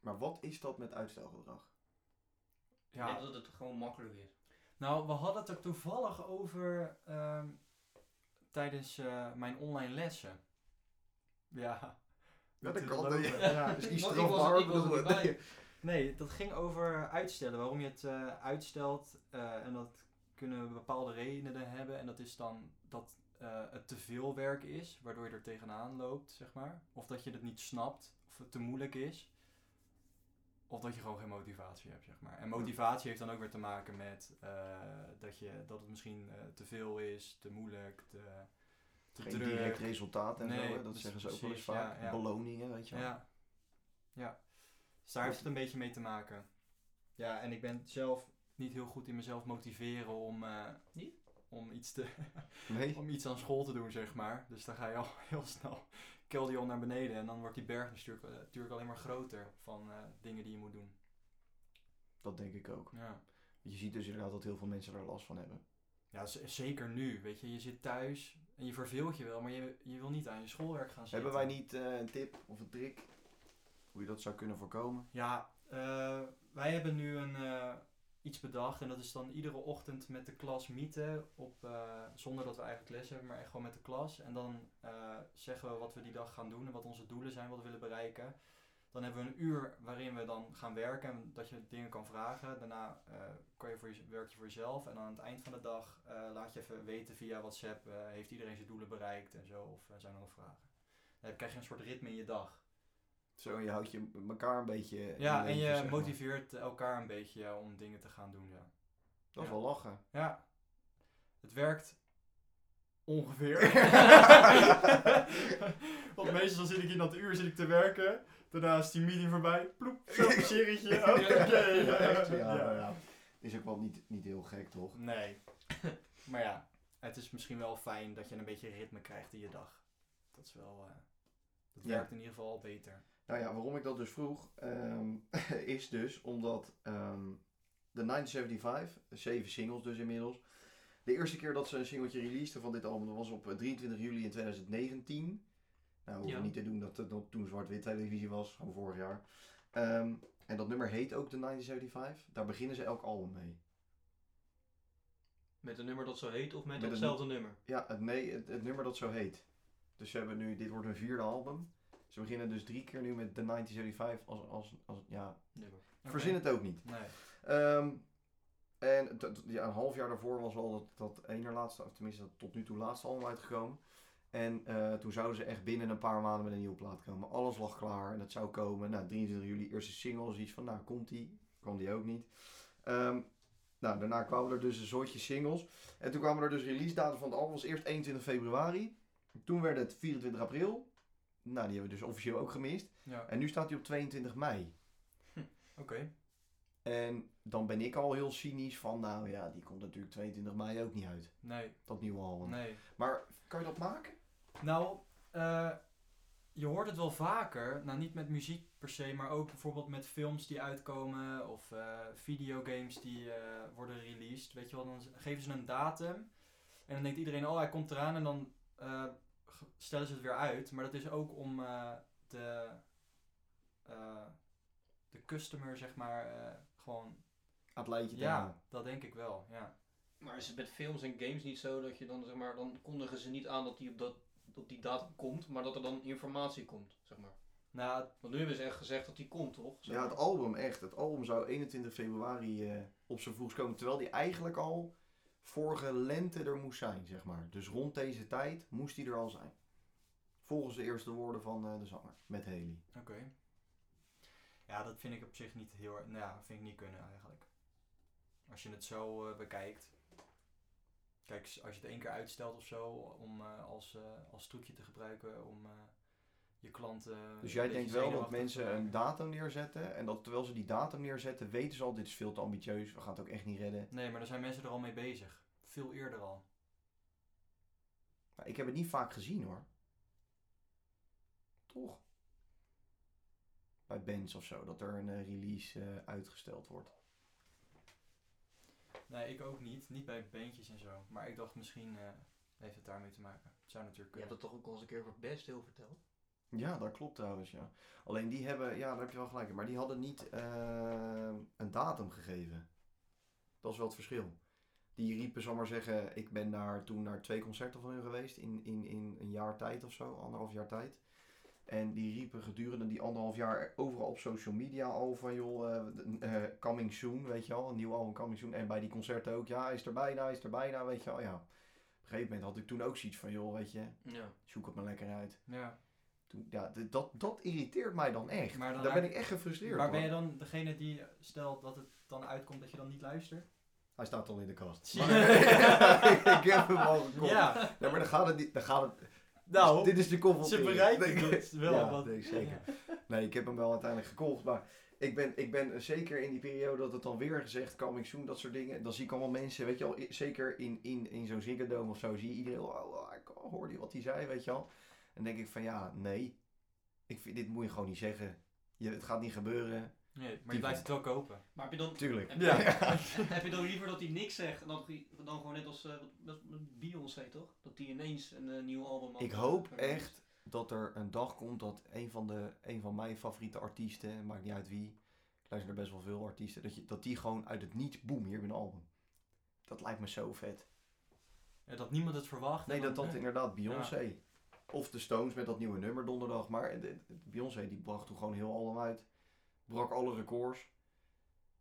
[SPEAKER 1] Maar wat is dat met uitstelgedrag?
[SPEAKER 3] Ik denk
[SPEAKER 2] Ja.
[SPEAKER 3] dat het gewoon makkelijk is.
[SPEAKER 2] Nou, we hadden het er toevallig over ehm, tijdens eh, mijn online lessen. Ja.
[SPEAKER 1] Ja, dat
[SPEAKER 2] Te
[SPEAKER 1] kan. <laughs>
[SPEAKER 2] geloven.
[SPEAKER 1] Ja.
[SPEAKER 2] Ja.
[SPEAKER 1] Is niet
[SPEAKER 3] Want ik was-
[SPEAKER 1] strafbaar.
[SPEAKER 3] ik was er
[SPEAKER 1] bedoel,
[SPEAKER 3] niet bij.
[SPEAKER 1] nee.
[SPEAKER 2] Nee, dat ging over uitstellen. Waarom je het eh, uitstelt. eh, en dat kunnen bepaalde redenen hebben. En dat is dan dat eh, het te veel werk is, waardoor je er tegenaan loopt, zeg maar. Of dat je het niet snapt, of het te moeilijk is. Of dat je gewoon geen motivatie hebt, zeg maar. En motivatie heeft dan ook weer te maken met eh, dat, je, dat het misschien eh, te veel is, te moeilijk, te,
[SPEAKER 1] <laughs>
[SPEAKER 2] te
[SPEAKER 1] Geen
[SPEAKER 2] druk.
[SPEAKER 1] direct resultaat en
[SPEAKER 2] Nee,
[SPEAKER 1] zo. Hè? Dat
[SPEAKER 2] dus
[SPEAKER 1] zeggen ze ook wel eens
[SPEAKER 2] precies,
[SPEAKER 1] vaak.
[SPEAKER 2] ja, ja.
[SPEAKER 1] Beloningen, weet je wel.
[SPEAKER 2] Ja. ja. Dus daar heeft het een beetje mee te maken. Ja, en ik ben zelf niet heel goed in mezelf motiveren om, eh,
[SPEAKER 3] Niet?
[SPEAKER 2] om, iets te, <laughs>
[SPEAKER 1] Nee.
[SPEAKER 2] om iets aan school te doen, zeg maar. Dus dan ga je al <laughs> heel snel, kelder je al naar beneden. En dan wordt die berg natuurlijk, eh, natuurlijk alleen maar groter van eh, dingen die je moet doen.
[SPEAKER 1] Dat denk ik ook.
[SPEAKER 2] Ja.
[SPEAKER 1] Je ziet dus inderdaad dat heel veel mensen daar last van hebben.
[SPEAKER 2] Ja, z- zeker nu, weet je. Je zit thuis en je verveelt je wel, maar je, je wil niet aan je schoolwerk gaan zitten.
[SPEAKER 1] Hebben wij niet eh, een tip of een trick? Hoe je dat zou kunnen voorkomen?
[SPEAKER 2] Ja, eh, wij hebben nu een, eh, iets bedacht en dat is dan iedere ochtend met de klas mieten, op, eh, zonder dat we eigenlijk les hebben, maar echt gewoon met de klas. En dan eh, zeggen we wat we die dag gaan doen en wat onze doelen zijn, wat we willen bereiken. Dan hebben we een uur waarin we dan gaan werken en dat je dingen kan vragen. Daarna eh, kan je voor je, werk je voor jezelf en aan het eind van de dag eh, laat je even weten via WhatsApp, eh, heeft iedereen zijn doelen bereikt en zo, of eh, zijn er nog vragen. Dan krijg je een soort ritme in je dag.
[SPEAKER 1] Zo, je houdt je elkaar een beetje. in
[SPEAKER 2] Ja, en
[SPEAKER 1] leven,
[SPEAKER 2] je
[SPEAKER 1] zeg maar.
[SPEAKER 2] motiveert elkaar een beetje ja, om dingen te gaan doen. Ja. <laughs>
[SPEAKER 1] Dat is
[SPEAKER 2] ja.
[SPEAKER 1] wel lachen.
[SPEAKER 2] ja. Het werkt ongeveer. <laughs> Want meestal zit ik in dat uur zit ik te werken. Daarna is die meeting voorbij. <laughs> Ploep, zo een serietje. Oké.
[SPEAKER 1] Ja, echt.
[SPEAKER 2] Ja.
[SPEAKER 1] Ja, nou ja. Is ook wel niet, niet heel gek, toch?
[SPEAKER 2] Nee. <laughs> Maar ja, het is misschien wel fijn dat je een beetje ritme krijgt in je dag. Dat is wel... eh, dat
[SPEAKER 1] Ja.
[SPEAKER 2] werkt in ieder geval al beter.
[SPEAKER 1] Nou ja, waarom ik dat dus vroeg, ehm, <laughs> is dus omdat ehm, de 1975, zeven singles dus inmiddels. De eerste keer dat ze een singeltje releaseden van dit album dat was op eh, 23 juli in 2019. Nou, hoef
[SPEAKER 3] Ja.
[SPEAKER 1] niet te doen dat het nog toen zwart-wit televisie was, gewoon vorig jaar. Ehm, en dat nummer heet ook de 1975. Daar beginnen ze elk album mee.
[SPEAKER 3] Met een nummer dat zo heet of met,
[SPEAKER 1] Met
[SPEAKER 3] hetzelfde nummer?
[SPEAKER 1] Ja, het, nee, het, het nummer dat zo heet. Dus ze hebben nu, dit wordt hun vierde album. Ze beginnen dus drie keer nu met de 1975 als, als, als ja,
[SPEAKER 3] nummer.
[SPEAKER 2] Oké.
[SPEAKER 1] verzin het ook niet.
[SPEAKER 2] Nee.
[SPEAKER 1] Ehm, en t- t- ja, een half jaar daarvoor was al dat, dat ene laatste, of tenminste dat tot nu toe laatste album uitgekomen. En eh, toen zouden ze echt binnen een paar maanden met een nieuwe plaat komen. Alles lag klaar en dat zou komen. Nou, 23 juli, eerste single, zoiets van, nou komt die. Kwam die ook niet. Ehm, nou, daarna kwamen er dus een soortje singles. En toen kwamen er dus release datum van het album, was eerst 21 februari. Toen werd het 24 april. Nou, die hebben we dus officieel ook gemist.
[SPEAKER 2] Ja,
[SPEAKER 1] En nu staat hij op 22 mei.
[SPEAKER 2] oké.
[SPEAKER 1] En dan ben ik al heel cynisch van, nou ja, die komt natuurlijk 22 mei ook niet uit.
[SPEAKER 2] Nee,
[SPEAKER 1] Dat nieuwe album.
[SPEAKER 2] nee.
[SPEAKER 1] Maar kan je dat maken?
[SPEAKER 2] Nou, eh, je hoort het wel vaker. Nou, niet met muziek per se, maar ook bijvoorbeeld met films die uitkomen of eh, videogames die eh, worden released. Weet je wel, dan geven ze een datum en dan denkt iedereen, oh hij komt eraan en dan eh, ge- stellen ze het weer uit. Maar dat is ook om eh, de, eh, de customer, zeg maar, eh, gewoon...
[SPEAKER 1] Aan het lijntje te
[SPEAKER 2] Ja,
[SPEAKER 1] hangen.
[SPEAKER 2] dat denk ik wel, ja.
[SPEAKER 3] Maar is het met films en games niet zo dat je dan, zeg maar, dan kondigen ze niet aan dat die op, dat, op die datum komt, maar dat er dan informatie komt, zeg maar.
[SPEAKER 2] Nou,
[SPEAKER 3] Want nu hebben ze echt gezegd dat die komt, toch? Zeg
[SPEAKER 1] Ja,
[SPEAKER 3] maar.
[SPEAKER 1] het album echt. Het album zou 21 februari eh, op zijn vroegst komen. Terwijl die eigenlijk al vorige lente er moest zijn, zeg maar. Dus rond deze tijd moest die er al zijn. Volgens de eerste woorden van eh, de zanger, met Haley.
[SPEAKER 2] Oké. Ja, dat vind ik op zich niet heel erg. Nou ja, vind ik niet kunnen eigenlijk. Als je het zo eh, bekijkt. Kijk, s- als je het één keer uitstelt of zo, om eh, als, eh, als trucje te gebruiken om eh, je klanten.
[SPEAKER 1] Dus
[SPEAKER 2] een
[SPEAKER 1] jij
[SPEAKER 2] beetje
[SPEAKER 1] denkt wel dat
[SPEAKER 2] zenuwachtig te
[SPEAKER 1] mensen
[SPEAKER 2] maken.
[SPEAKER 1] een datum neerzetten. En dat terwijl ze die datum neerzetten, weten ze al, dit is veel te ambitieus. We gaan het ook echt niet redden.
[SPEAKER 2] Nee, maar er zijn mensen er al mee bezig. Veel eerder al.
[SPEAKER 1] Maar ik heb het niet vaak gezien hoor. Toch? Bij bands of zo, dat er een eh, release eh, uitgesteld wordt.
[SPEAKER 2] Nee, ik ook niet. Niet bij bandjes en zo. Maar ik dacht misschien eh, heeft het daarmee te maken. Zou natuurlijk
[SPEAKER 3] Je hebt
[SPEAKER 2] kunnen.
[SPEAKER 3] dat toch ook al eens een keer voor best heel verteld?
[SPEAKER 1] Ja, dat klopt trouwens, ja. Alleen die hebben, ja, daar heb je wel gelijk in, maar die hadden niet eh, een datum gegeven. Dat is wel het verschil. Die riepen, zal maar zeggen, ik ben daar toen naar twee concerten van hun geweest in, in, in een jaar tijd of zo, anderhalf jaar tijd. En die riepen gedurende die anderhalf jaar overal op social media al van, joh, eh, d- eh, coming soon, weet je wel, een nieuw album coming soon. En bij die concerten ook, ja, hij is er bijna, hij is er bijna, weet je wel, ja. Op een gegeven moment had ik toen ook zoiets van, joh, weet je,
[SPEAKER 3] Ja.
[SPEAKER 1] zoek het maar lekker uit.
[SPEAKER 2] Ja.
[SPEAKER 1] Toen- Ja, d- dat, dat irriteert mij dan echt.
[SPEAKER 2] Maar dan
[SPEAKER 1] Daar
[SPEAKER 2] laat-
[SPEAKER 1] ben ik echt gefrustreerd
[SPEAKER 2] Maar
[SPEAKER 1] hoor.
[SPEAKER 2] ben je dan degene die stelt dat het dan uitkomt dat je dan niet luistert?
[SPEAKER 1] Hij staat al in de kast.
[SPEAKER 2] Zie je?
[SPEAKER 1] Maar- <laughs> ik heb hem al gekocht. Ja.
[SPEAKER 2] <laughs>
[SPEAKER 1] maar dan gaat het niet. Dan gaat het,
[SPEAKER 2] Nou,
[SPEAKER 1] dit is de confrontering.
[SPEAKER 2] ze bereiken het wel.
[SPEAKER 1] Ja,
[SPEAKER 2] want-
[SPEAKER 1] nee, zeker. <laughs> Nee, ik heb hem wel uiteindelijk gekocht. Maar ik ben, ik ben zeker in die periode dat het dan weer gezegd coming soon, dat soort dingen. Dan zie ik allemaal mensen, weet je wel, i- zeker in, in, in zo'n zinkendome of zo, zie je iedereen, oh, oh, ik hoorde wat hij zei, weet je wel. En dan denk ik van ja, nee. Ik vind, dit moet je gewoon niet zeggen. Je, het gaat niet gebeuren.
[SPEAKER 2] Nee, maar
[SPEAKER 1] Die
[SPEAKER 2] je blijft het wel kopen.
[SPEAKER 3] Maar heb je dan,
[SPEAKER 1] Tuurlijk.
[SPEAKER 3] heb je,
[SPEAKER 1] <laughs>
[SPEAKER 3] heb je dan liever dat hij niks zegt dan, dan gewoon net als eh, wat- wat- wat Beyoncé, toch? Dat hij ineens een eh, nieuw album had,
[SPEAKER 1] Ik
[SPEAKER 3] eh,
[SPEAKER 1] hoop
[SPEAKER 3] gereleased.
[SPEAKER 1] echt dat er een dag komt dat een van, de, een van mijn favoriete artiesten, maakt niet uit wie, ik luister er best wel veel artiesten, dat, je, dat die gewoon uit het niets, boem, hier heb je een album. Dat lijkt me zo vet.
[SPEAKER 2] Ja, dat niemand het verwacht.
[SPEAKER 1] Nee,
[SPEAKER 2] en
[SPEAKER 1] dat
[SPEAKER 2] dan-
[SPEAKER 1] dat inderdaad Beyoncé. Of de Stones met dat nieuwe nummer donderdag. Maar de- de- Beyoncé die bracht toen gewoon heel album uit. Brak alle records.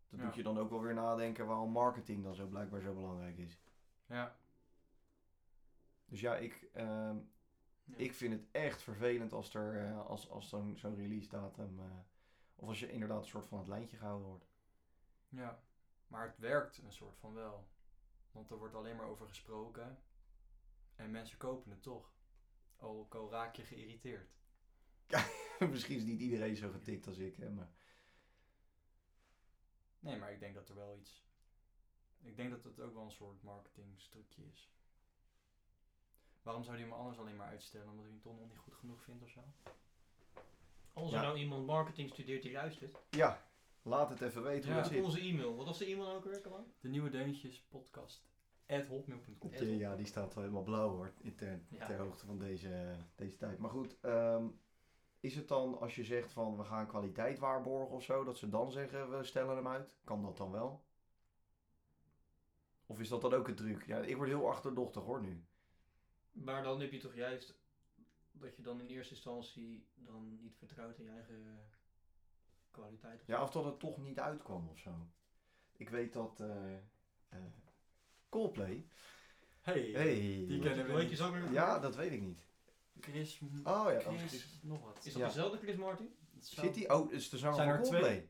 [SPEAKER 1] Dat
[SPEAKER 2] Ja.
[SPEAKER 1] doet je dan ook wel weer nadenken waarom marketing dan zo blijkbaar zo belangrijk is.
[SPEAKER 2] Ja.
[SPEAKER 1] Dus ja, ik, ehm,
[SPEAKER 3] Ja.
[SPEAKER 1] Ik vind het echt vervelend als er eh, als, als zo'n zo'n release datum. eh, of als je inderdaad een soort van het lijntje gehouden wordt.
[SPEAKER 2] ja, maar het werkt een soort van wel. Want er wordt alleen maar over gesproken. En mensen kopen het toch. Ook al raak je geïrriteerd.
[SPEAKER 1] <laughs> Misschien is niet iedereen zo getikt als ik, hè, maar...
[SPEAKER 2] Nee, maar ik denk dat er wel iets. Ik denk dat het ook wel een soort marketingstrucje is. Waarom zou die hem anders alleen maar uitstellen? Omdat hij hem toch nog niet goed genoeg vindt of zo?
[SPEAKER 3] Als
[SPEAKER 1] Ja.
[SPEAKER 3] er nou iemand marketing studeert die luistert,
[SPEAKER 1] Ja, laat het even weten hoe
[SPEAKER 2] Ja,
[SPEAKER 1] dat
[SPEAKER 3] doe
[SPEAKER 1] zit.
[SPEAKER 3] onze e-mail. Wat was de e-mail ook weer, Kalan?
[SPEAKER 2] De nieuwe deuntjes podcast. At hotmail.com.
[SPEAKER 1] Oké, ja, die staat wel helemaal blauw hoor, intern,
[SPEAKER 3] Ja.
[SPEAKER 1] ter hoogte van deze, deze tijd. Maar goed, ehm, is het dan als je zegt van we gaan kwaliteit waarborgen of zo, dat ze dan zeggen we stellen hem uit? Kan dat dan wel? Of is dat dan ook een truc? Ja, ik word heel achterdochtig hoor nu.
[SPEAKER 3] Maar dan heb je toch juist dat je dan in eerste instantie dan niet vertrouwt in je eigen kwaliteit.
[SPEAKER 1] Ja, of dat het toch niet uitkwam of zo. Ik weet dat eh, eh, Coldplay...
[SPEAKER 2] Hey,
[SPEAKER 1] Hey.
[SPEAKER 2] Die kennen we
[SPEAKER 3] Weet
[SPEAKER 2] niet.
[SPEAKER 3] je zo weer?
[SPEAKER 1] Ja, dat weet ik niet.
[SPEAKER 2] Chris. m-
[SPEAKER 1] Oh ja, oh,
[SPEAKER 2] Chris,
[SPEAKER 1] Chris.
[SPEAKER 2] nog wat.
[SPEAKER 3] Is dat
[SPEAKER 1] Ja.
[SPEAKER 3] dezelfde Chris Martin?
[SPEAKER 2] Het zou-
[SPEAKER 1] City? Oh, het is de zanger
[SPEAKER 2] Zijn
[SPEAKER 1] van
[SPEAKER 2] er twee?
[SPEAKER 1] Coldplay.
[SPEAKER 2] <laughs>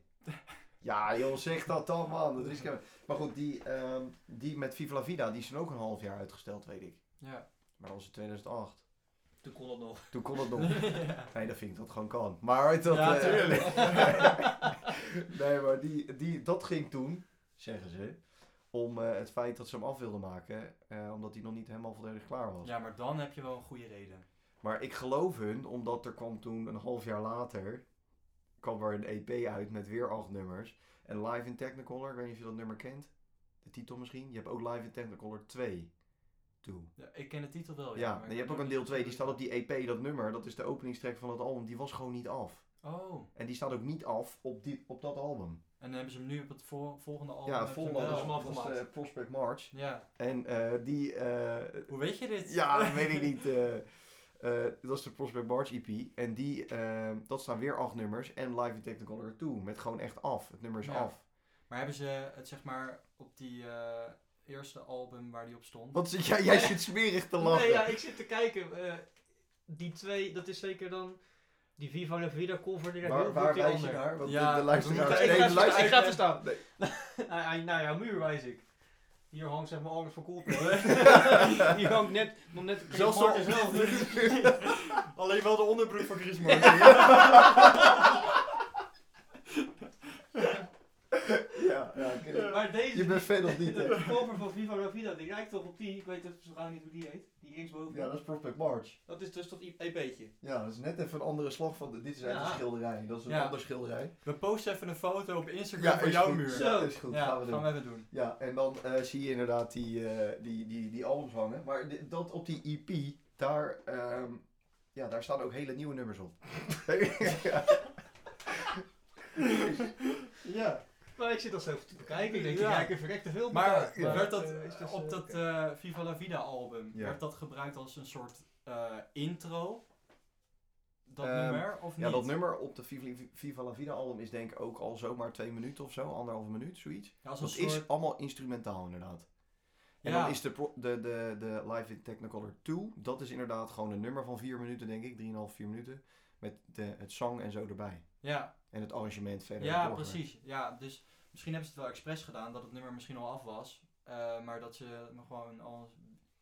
[SPEAKER 1] Ja, joh, zeg dat dan, man. Dat is geen- maar goed, die, ehm, die met Viva La Vida, die is dan ook een half jaar uitgesteld, weet ik.
[SPEAKER 2] Ja.
[SPEAKER 1] Maar dat was in 2008.
[SPEAKER 3] Toen kon dat nog.
[SPEAKER 1] Toen kon dat
[SPEAKER 2] <laughs>
[SPEAKER 1] nog.
[SPEAKER 2] ja.
[SPEAKER 1] Nee, dat vind ik dat gewoon kan. Maar dat...
[SPEAKER 2] Ja,
[SPEAKER 1] eh,
[SPEAKER 2] tuurlijk.
[SPEAKER 1] <laughs> nee, maar die, die, dat ging toen, zeggen ze, om eh, het feit dat ze hem af wilden maken, eh, omdat hij nog niet helemaal volledig klaar was.
[SPEAKER 2] Ja, maar dan heb je wel een goede reden.
[SPEAKER 1] Maar ik geloof hun, omdat er kwam toen een half jaar later kwam er een EP uit met weer acht nummers. En Live in Technicolor, ik weet niet of je dat nummer kent. De titel misschien. Je hebt ook Live in Technicolor 2. Toe.
[SPEAKER 2] Ja, ik ken de titel wel. Oh, Ja,
[SPEAKER 1] ja,
[SPEAKER 2] maar
[SPEAKER 1] en
[SPEAKER 2] ik
[SPEAKER 1] je hebt ook
[SPEAKER 2] weet
[SPEAKER 1] een deel
[SPEAKER 2] niet
[SPEAKER 1] 2. Die
[SPEAKER 2] of-
[SPEAKER 1] staat op die EP, dat nummer. Dat is de openingstrek van het album. Die was gewoon niet af.
[SPEAKER 2] Oh,
[SPEAKER 1] En die staat ook niet af op, die, op dat album.
[SPEAKER 2] en dan hebben ze hem nu op het vol- volgende album.
[SPEAKER 1] ja,
[SPEAKER 2] hebben
[SPEAKER 1] het
[SPEAKER 2] ze hem
[SPEAKER 1] volgende
[SPEAKER 2] wel
[SPEAKER 1] album was,
[SPEAKER 2] helemaal afgemaakt.
[SPEAKER 1] eh, Prospect March.
[SPEAKER 2] Ja,
[SPEAKER 1] En eh, die... eh,
[SPEAKER 2] hoe weet je dit?
[SPEAKER 1] Ja, <laughs> dat weet ik niet. eh, eh, dat is de Prospect March EP. En die, eh, dat staan weer acht nummers. En Live in Technicolor 2. Met gewoon echt af. Het nummer is
[SPEAKER 2] Ja.
[SPEAKER 1] af.
[SPEAKER 2] Maar hebben ze het zeg maar op die eh, eerste album waar die op stond?
[SPEAKER 1] Wat <laughs> zit jij? Jij zit smerig te lachen.
[SPEAKER 3] Nee, ja, ik zit te kijken. eh, die twee, dat is zeker dan die Viva La Vida cover. Die daar heel
[SPEAKER 1] waar
[SPEAKER 3] goed
[SPEAKER 1] waar
[SPEAKER 3] die
[SPEAKER 1] wijs je
[SPEAKER 3] ander.
[SPEAKER 1] naar? Want
[SPEAKER 2] Ja,
[SPEAKER 1] de, de luisteraar...
[SPEAKER 2] we
[SPEAKER 3] Ik
[SPEAKER 2] moeten-
[SPEAKER 1] Nee,
[SPEAKER 3] ga
[SPEAKER 1] de
[SPEAKER 3] even staan,
[SPEAKER 1] luisteraar...
[SPEAKER 3] ik ga even staan.
[SPEAKER 1] Nee.
[SPEAKER 3] Ah, ah, Naar jouw muur wijs ik. Hier hangt zeg maar alles van
[SPEAKER 1] <laughs>
[SPEAKER 3] Coldplay. Hier hangt net, nog net Chris
[SPEAKER 2] Zelfs
[SPEAKER 3] Martin
[SPEAKER 2] al-
[SPEAKER 3] zelf.
[SPEAKER 1] <laughs>
[SPEAKER 2] Alleen wel de onderbroek van Chris <laughs>
[SPEAKER 1] Ja, <laughs> ja, ik ken het.
[SPEAKER 3] Maar deze,
[SPEAKER 1] Je bent fan of niet, hè?
[SPEAKER 3] de cover van Viva La Vida, die lijkt toch op die, ik weet even zo gauw niet hoe die heet. Die linksboven.
[SPEAKER 1] Ja, dat is Prospect March.
[SPEAKER 3] Dat is dus dat i- EP'tje.
[SPEAKER 1] Ja, dat is net even een andere slag van... de- Dit is uit
[SPEAKER 3] Ja.
[SPEAKER 1] een schilderij. Dat is een
[SPEAKER 2] Ja.
[SPEAKER 1] ander schilderij.
[SPEAKER 2] We posten even een foto op Instagram
[SPEAKER 1] Ja,
[SPEAKER 2] van
[SPEAKER 1] is
[SPEAKER 2] jouw
[SPEAKER 1] goed.
[SPEAKER 2] muur.
[SPEAKER 3] Zo.
[SPEAKER 1] is goed.
[SPEAKER 2] ja,
[SPEAKER 1] gaan we doen.
[SPEAKER 2] even doen.
[SPEAKER 1] Ja, en dan eh, zie je inderdaad die, eh, die, die, die albums hangen. Maar di- dat op die EP, daar, ehm, ja, daar staan ook hele nieuwe nummers op. ja. <laughs> ja.
[SPEAKER 3] Maar ik zit dat zo even te bekijken. Ik denk,
[SPEAKER 2] Ja.
[SPEAKER 3] ja, ik heb verrekte film.
[SPEAKER 2] Maar
[SPEAKER 1] Ja.
[SPEAKER 2] werd dat,
[SPEAKER 3] eh, is dus,
[SPEAKER 2] op
[SPEAKER 3] eh,
[SPEAKER 2] dat eh, Viva La Vida album,
[SPEAKER 1] Ja.
[SPEAKER 2] werd dat gebruikt als een soort eh, intro? Dat
[SPEAKER 1] Ehm,
[SPEAKER 2] nummer, of niet?
[SPEAKER 1] ja, dat nummer op de Viva- Viva La Vida album is denk ik ook al zomaar twee minuten of zo, anderhalve minuut, zoiets.
[SPEAKER 2] Ja, als een
[SPEAKER 1] Dat
[SPEAKER 2] soort...
[SPEAKER 1] is allemaal instrumentaal inderdaad. En
[SPEAKER 2] ja,
[SPEAKER 1] dan is de, pro- de, de, de Live in Technicolor 2, dat is inderdaad gewoon een nummer van vier minuten denk ik, drieënhalf, vier minuten. Met de, het zang en zo erbij.
[SPEAKER 2] ja,
[SPEAKER 1] En het arrangement verder.
[SPEAKER 2] ja
[SPEAKER 1] doorgaan.
[SPEAKER 2] precies. Ja, dus misschien hebben ze het wel expres gedaan, dat het nummer misschien al af was. eh, maar dat ze nog gewoon al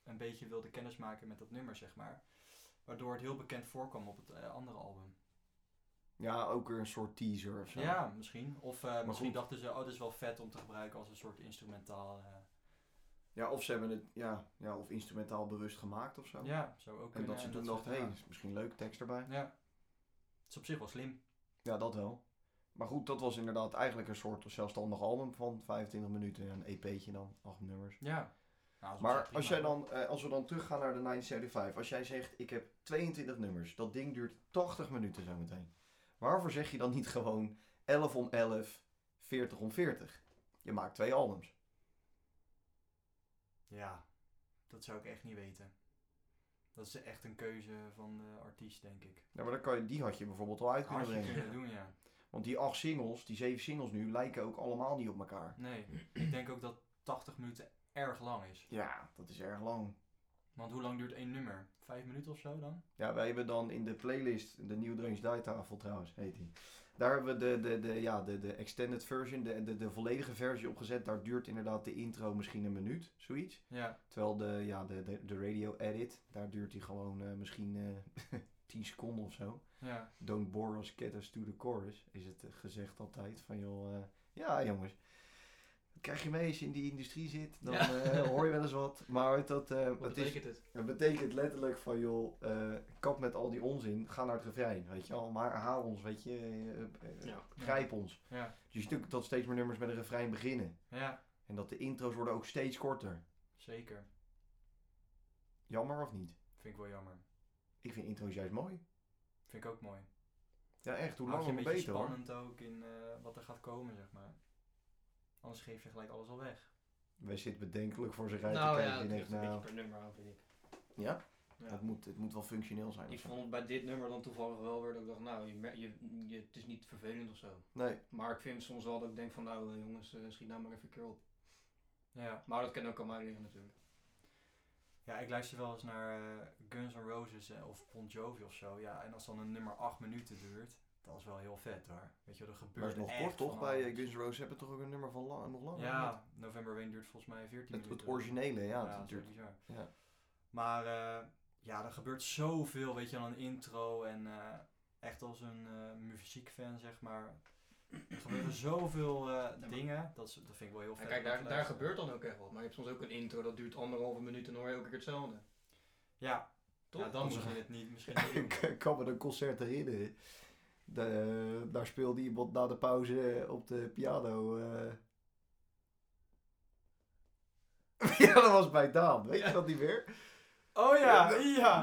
[SPEAKER 2] een beetje wilden kennismaken met dat nummer, zeg maar. Waardoor het heel bekend voorkwam op het eh, andere album.
[SPEAKER 1] Ja, ook weer een soort teaser of zo.
[SPEAKER 2] Ja, misschien. Of eh, misschien
[SPEAKER 1] goed.
[SPEAKER 2] dachten ze, oh, dit is wel vet om te gebruiken als een soort instrumentaal... eh,
[SPEAKER 1] Ja, of ze hebben het ja, ja, of instrumentaal bewust gemaakt of zo.
[SPEAKER 2] Ja, zou ook
[SPEAKER 1] En
[SPEAKER 2] kunnen.
[SPEAKER 1] dat ze toen dachten, hé, is misschien leuk, tekst erbij.
[SPEAKER 2] Ja. Het is op zich wel slim.
[SPEAKER 1] Ja, dat wel. Maar goed, dat was inderdaad eigenlijk een soort zelfstandig album van 25 minuten en een EP'tje dan, acht nummers.
[SPEAKER 2] Ja. Nou, dat is op zich
[SPEAKER 1] Maar
[SPEAKER 2] prima.
[SPEAKER 1] als, jij dan, eh, als we dan teruggaan naar de 975, als jij zegt ik heb 22 nummers, dat ding duurt 80 minuten zometeen. Waarvoor zeg je dan niet gewoon 11 om 11, 40 om 40? Je maakt twee albums.
[SPEAKER 2] Ja. Dat zou ik echt niet weten. Dat is echt een keuze van de artiest, denk ik.
[SPEAKER 1] Ja, Nou, maar dan kan je, die had je bijvoorbeeld al uit kunnen
[SPEAKER 2] Had je
[SPEAKER 1] brengen.
[SPEAKER 2] kunnen doen, ja.
[SPEAKER 1] Want die acht singles, die zeven singles nu, lijken ook allemaal niet op elkaar.
[SPEAKER 2] Nee. Ik denk ook dat 80 minuten erg lang is.
[SPEAKER 1] Ja, dat is erg lang.
[SPEAKER 2] Want hoe lang duurt één nummer? Vijf minuten of zo dan?
[SPEAKER 1] Ja, wij hebben dan in de playlist, de New Drunch Die Tafel trouwens, heet die. Daar hebben we de, de, de, ja, de, de extended version, de, de, de volledige versie opgezet. Daar duurt inderdaad de intro misschien een minuut, zoiets.
[SPEAKER 2] Ja.
[SPEAKER 1] Terwijl de, ja, de, de, de radio edit, daar duurt die gewoon eh, misschien eh <laughs> 10 seconden of zo.
[SPEAKER 2] ja.
[SPEAKER 1] Don't bore us, get us to the chorus, is het eh, gezegd altijd. Van joh, eh, ja jongens, dat krijg je mee als je in die industrie zit. Dan
[SPEAKER 3] Ja.
[SPEAKER 1] eh, hoor je wel eens wat. Maar dat, eh,
[SPEAKER 3] Wat
[SPEAKER 1] het is
[SPEAKER 3] betekent het?
[SPEAKER 1] dat betekent letterlijk van, joh, eh, kap met al die onzin, ga naar het refrein, weet je wel. Maar haal ons, weet je, eh, eh,
[SPEAKER 3] Ja.
[SPEAKER 1] grijp ons.
[SPEAKER 2] Ja.
[SPEAKER 1] Dus je ziet ook dat steeds meer nummers met een refrein beginnen.
[SPEAKER 2] Ja,
[SPEAKER 1] En dat de intro's worden ook steeds korter.
[SPEAKER 2] zeker.
[SPEAKER 1] Jammer of niet?
[SPEAKER 2] Vind ik wel jammer.
[SPEAKER 1] Ik vind intro's juist mooi.
[SPEAKER 2] Vind ik ook mooi.
[SPEAKER 1] Ja, echt, hoe
[SPEAKER 2] Houdt
[SPEAKER 1] langer
[SPEAKER 2] je
[SPEAKER 1] hoe
[SPEAKER 2] een beetje
[SPEAKER 1] beter hoor.
[SPEAKER 2] spannend ook in eh, wat er gaat komen, zeg maar. Anders geef je gelijk alles al weg.
[SPEAKER 1] Wij zitten bedenkelijk voor zich uit
[SPEAKER 3] Nou
[SPEAKER 1] te
[SPEAKER 3] ja,
[SPEAKER 1] kijken.
[SPEAKER 3] het
[SPEAKER 1] en
[SPEAKER 3] ligt
[SPEAKER 1] denkt,
[SPEAKER 3] een beetje
[SPEAKER 1] nou,
[SPEAKER 3] per nummer aan, vind ik.
[SPEAKER 1] ja,
[SPEAKER 3] Ja.
[SPEAKER 1] Het, moet, het moet wel functioneel zijn.
[SPEAKER 3] Ik
[SPEAKER 1] of zo.
[SPEAKER 3] vond bij dit nummer dan toevallig wel weer dat ik dacht, nou, je, mer- je, je, het is niet vervelend of zo.
[SPEAKER 1] Nee,
[SPEAKER 3] Maar ik vind soms wel dat ik denk van, nou eh, jongens, eh, schiet nou maar even een keer op.
[SPEAKER 2] Ja.
[SPEAKER 3] Maar dat kan ook aan mij liggen natuurlijk.
[SPEAKER 2] Ja, ik luister wel eens naar eh, Guns N' Roses eh, of Bon Jovi of zo. Ja, en als dan een nummer 8 minuten duurt, dat is wel heel vet hoor. Weet je, wel, er
[SPEAKER 1] maar
[SPEAKER 2] gebeurt
[SPEAKER 1] het is nog
[SPEAKER 2] echt
[SPEAKER 1] kort toch?
[SPEAKER 2] van
[SPEAKER 1] Bij eh,
[SPEAKER 2] alles.
[SPEAKER 1] Guns N' Roses hebben we toch ook een nummer van lang, nog langer?
[SPEAKER 2] Ja, November Rain duurt volgens mij 14
[SPEAKER 1] Het,
[SPEAKER 2] minuten.
[SPEAKER 1] het originele, ja.
[SPEAKER 2] dat
[SPEAKER 1] dat
[SPEAKER 2] is wel
[SPEAKER 1] duurt,
[SPEAKER 2] bizar.
[SPEAKER 1] ja.
[SPEAKER 2] Maar eh, ja, er gebeurt zoveel, weet je, aan een intro en eh, echt als een eh, muziekfan, zeg maar. Er gebeuren zoveel eh,
[SPEAKER 3] maar-
[SPEAKER 2] dingen, dat, is, dat vind ik wel heel
[SPEAKER 3] En
[SPEAKER 2] vet.
[SPEAKER 3] kijk,
[SPEAKER 2] om te
[SPEAKER 3] daar, daar
[SPEAKER 2] luisteren.
[SPEAKER 3] gebeurt dan ook echt wat. Maar je hebt soms ook een intro, dat duurt anderhalve minuut en dan hoor je ook een keer hetzelfde.
[SPEAKER 2] Ja,
[SPEAKER 3] Toch?
[SPEAKER 2] ja, dan
[SPEAKER 1] Onze-
[SPEAKER 2] moet je het niet,
[SPEAKER 1] <laughs>
[SPEAKER 2] misschien niet doen.
[SPEAKER 1] <laughs> ik kan me een concert herinneren. De, eh, daar speelde iemand na de pauze op de piano. eh. <laughs> ja, dat was bij Daan. Weet je dat niet meer?
[SPEAKER 2] Oh ja, ja!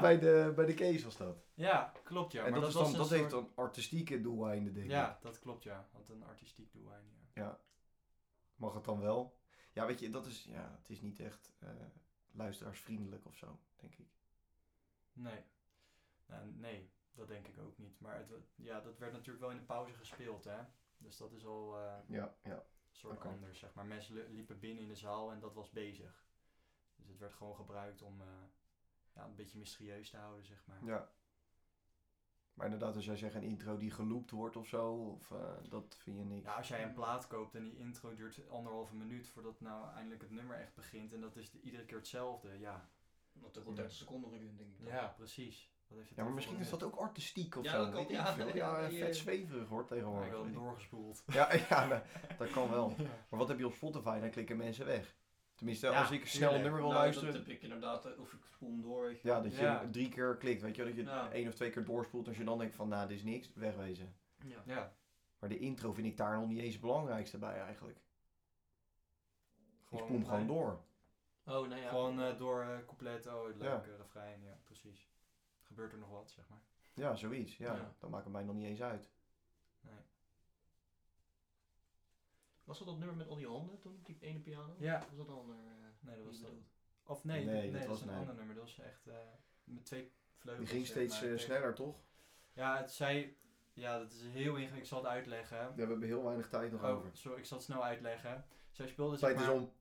[SPEAKER 1] <laughs> Bij, de, bij de Kees was dat.
[SPEAKER 2] Ja, klopt ja.
[SPEAKER 1] en
[SPEAKER 2] maar
[SPEAKER 1] dat, is
[SPEAKER 2] was
[SPEAKER 1] dan,
[SPEAKER 2] een
[SPEAKER 1] dat heeft
[SPEAKER 2] soort-
[SPEAKER 1] dan artistieke doeleinden, denk ik.
[SPEAKER 2] Ja, dat klopt ja. Had een artistiek doelwijn, ja.
[SPEAKER 1] Mag het dan wel? Ja, weet je, dat is, ja, het is niet echt eh, luisteraarsvriendelijk of zo, denk ik.
[SPEAKER 2] Nee. Nou, nee, dat denk ik ook niet. Maar het, wa- ja, dat werd natuurlijk wel in de pauze gespeeld, hè. Dus dat is al... eh,
[SPEAKER 1] Ja, ja.
[SPEAKER 2] soort
[SPEAKER 1] Oké.
[SPEAKER 2] anders, zeg maar. Mensen li- liepen binnen in de zaal en dat was bezig. Dus het werd gewoon gebruikt om eh, ja, een beetje mysterieus te houden, zeg maar.
[SPEAKER 1] ja. Maar inderdaad, als jij zegt een intro die geloopt wordt of zo, of, eh, dat vind je niks.
[SPEAKER 2] Ja, als jij een plaat koopt en die intro duurt anderhalve minuut voordat nou eindelijk het nummer echt begint en dat is de- iedere keer hetzelfde, ja.
[SPEAKER 3] Dat toch wel
[SPEAKER 1] Ja.
[SPEAKER 3] 30 seconden gekund, denk ik. dan.
[SPEAKER 2] Ja, precies. Wat heeft het
[SPEAKER 1] Ja, maar
[SPEAKER 2] dan
[SPEAKER 1] misschien
[SPEAKER 2] voor
[SPEAKER 1] is dat ook artistiek of
[SPEAKER 3] Ja,
[SPEAKER 1] zo.
[SPEAKER 3] dat kan,
[SPEAKER 1] weet ik
[SPEAKER 3] ja,
[SPEAKER 1] veel.
[SPEAKER 3] ja,
[SPEAKER 1] ja,
[SPEAKER 3] ja,
[SPEAKER 1] vet
[SPEAKER 3] ja.
[SPEAKER 1] zweverig hoor
[SPEAKER 2] nut? Ja, ik
[SPEAKER 1] tegenwoordig.
[SPEAKER 2] had hem
[SPEAKER 1] weet ik.
[SPEAKER 2] doorgespoeld.
[SPEAKER 1] Ja, <laughs> ja, nee, dat kan wel. Maar wat heb je op Spotify? Dan klikken mensen weg. Tenminste,
[SPEAKER 2] Ja,
[SPEAKER 1] als ik snel een
[SPEAKER 2] tuurlijk.
[SPEAKER 1] nummer wil
[SPEAKER 3] Nou,
[SPEAKER 1] luisteren.
[SPEAKER 3] Dat heb ik inderdaad, eh, of ik spoel hem door. weet je.
[SPEAKER 1] Ja, dat je
[SPEAKER 2] Ja.
[SPEAKER 1] drie keer klikt, weet je wel, Dat je
[SPEAKER 3] Ja.
[SPEAKER 1] één of twee keer doorspoelt. Als je dan denkt van, nou, dit is niks, wegwezen.
[SPEAKER 3] Ja.
[SPEAKER 2] Ja,
[SPEAKER 1] Maar de intro vind ik daar nog niet eens het belangrijkste bij eigenlijk. Ik spoel hem
[SPEAKER 2] refrein.
[SPEAKER 1] gewoon door.
[SPEAKER 3] Oh, nou ja.
[SPEAKER 2] eh, Gewoon eh, door eh couplet, oh, het
[SPEAKER 1] Ja.
[SPEAKER 2] leuke refrein, ja, precies. Gebeurt er nog wat, zeg maar.
[SPEAKER 1] Ja, zoiets. Ja,
[SPEAKER 3] Ja.
[SPEAKER 1] dat maakt het mij nog niet eens uit.
[SPEAKER 3] Was dat dat nummer met al die handen toen, die ene piano?
[SPEAKER 2] Ja.
[SPEAKER 3] Was dat dan ander? eh,
[SPEAKER 2] Nee, dat was
[SPEAKER 3] die
[SPEAKER 1] <laughs>
[SPEAKER 2] dat.
[SPEAKER 3] bedoeld?
[SPEAKER 2] Of nee,
[SPEAKER 1] Nee,
[SPEAKER 2] nee,
[SPEAKER 1] dat
[SPEAKER 2] dat,
[SPEAKER 1] was
[SPEAKER 2] is een
[SPEAKER 1] nee.
[SPEAKER 2] ander nummer. Dat was echt eh, met twee vleugels.
[SPEAKER 1] Die ging
[SPEAKER 2] zeg
[SPEAKER 1] steeds
[SPEAKER 2] maar,
[SPEAKER 1] eh,
[SPEAKER 2] tegen-
[SPEAKER 1] sneller, toch?
[SPEAKER 2] Ja, het zei... Ja, dat is heel ingewikkeld. Ik zal het uitleggen.
[SPEAKER 1] Ja, we hebben heel weinig tijd nog
[SPEAKER 2] Oh,
[SPEAKER 1] over.
[SPEAKER 2] sorry, ik zal het snel uitleggen. Zij speelde zeg
[SPEAKER 1] Tijd is
[SPEAKER 2] maar... <laughs>
[SPEAKER 1] om.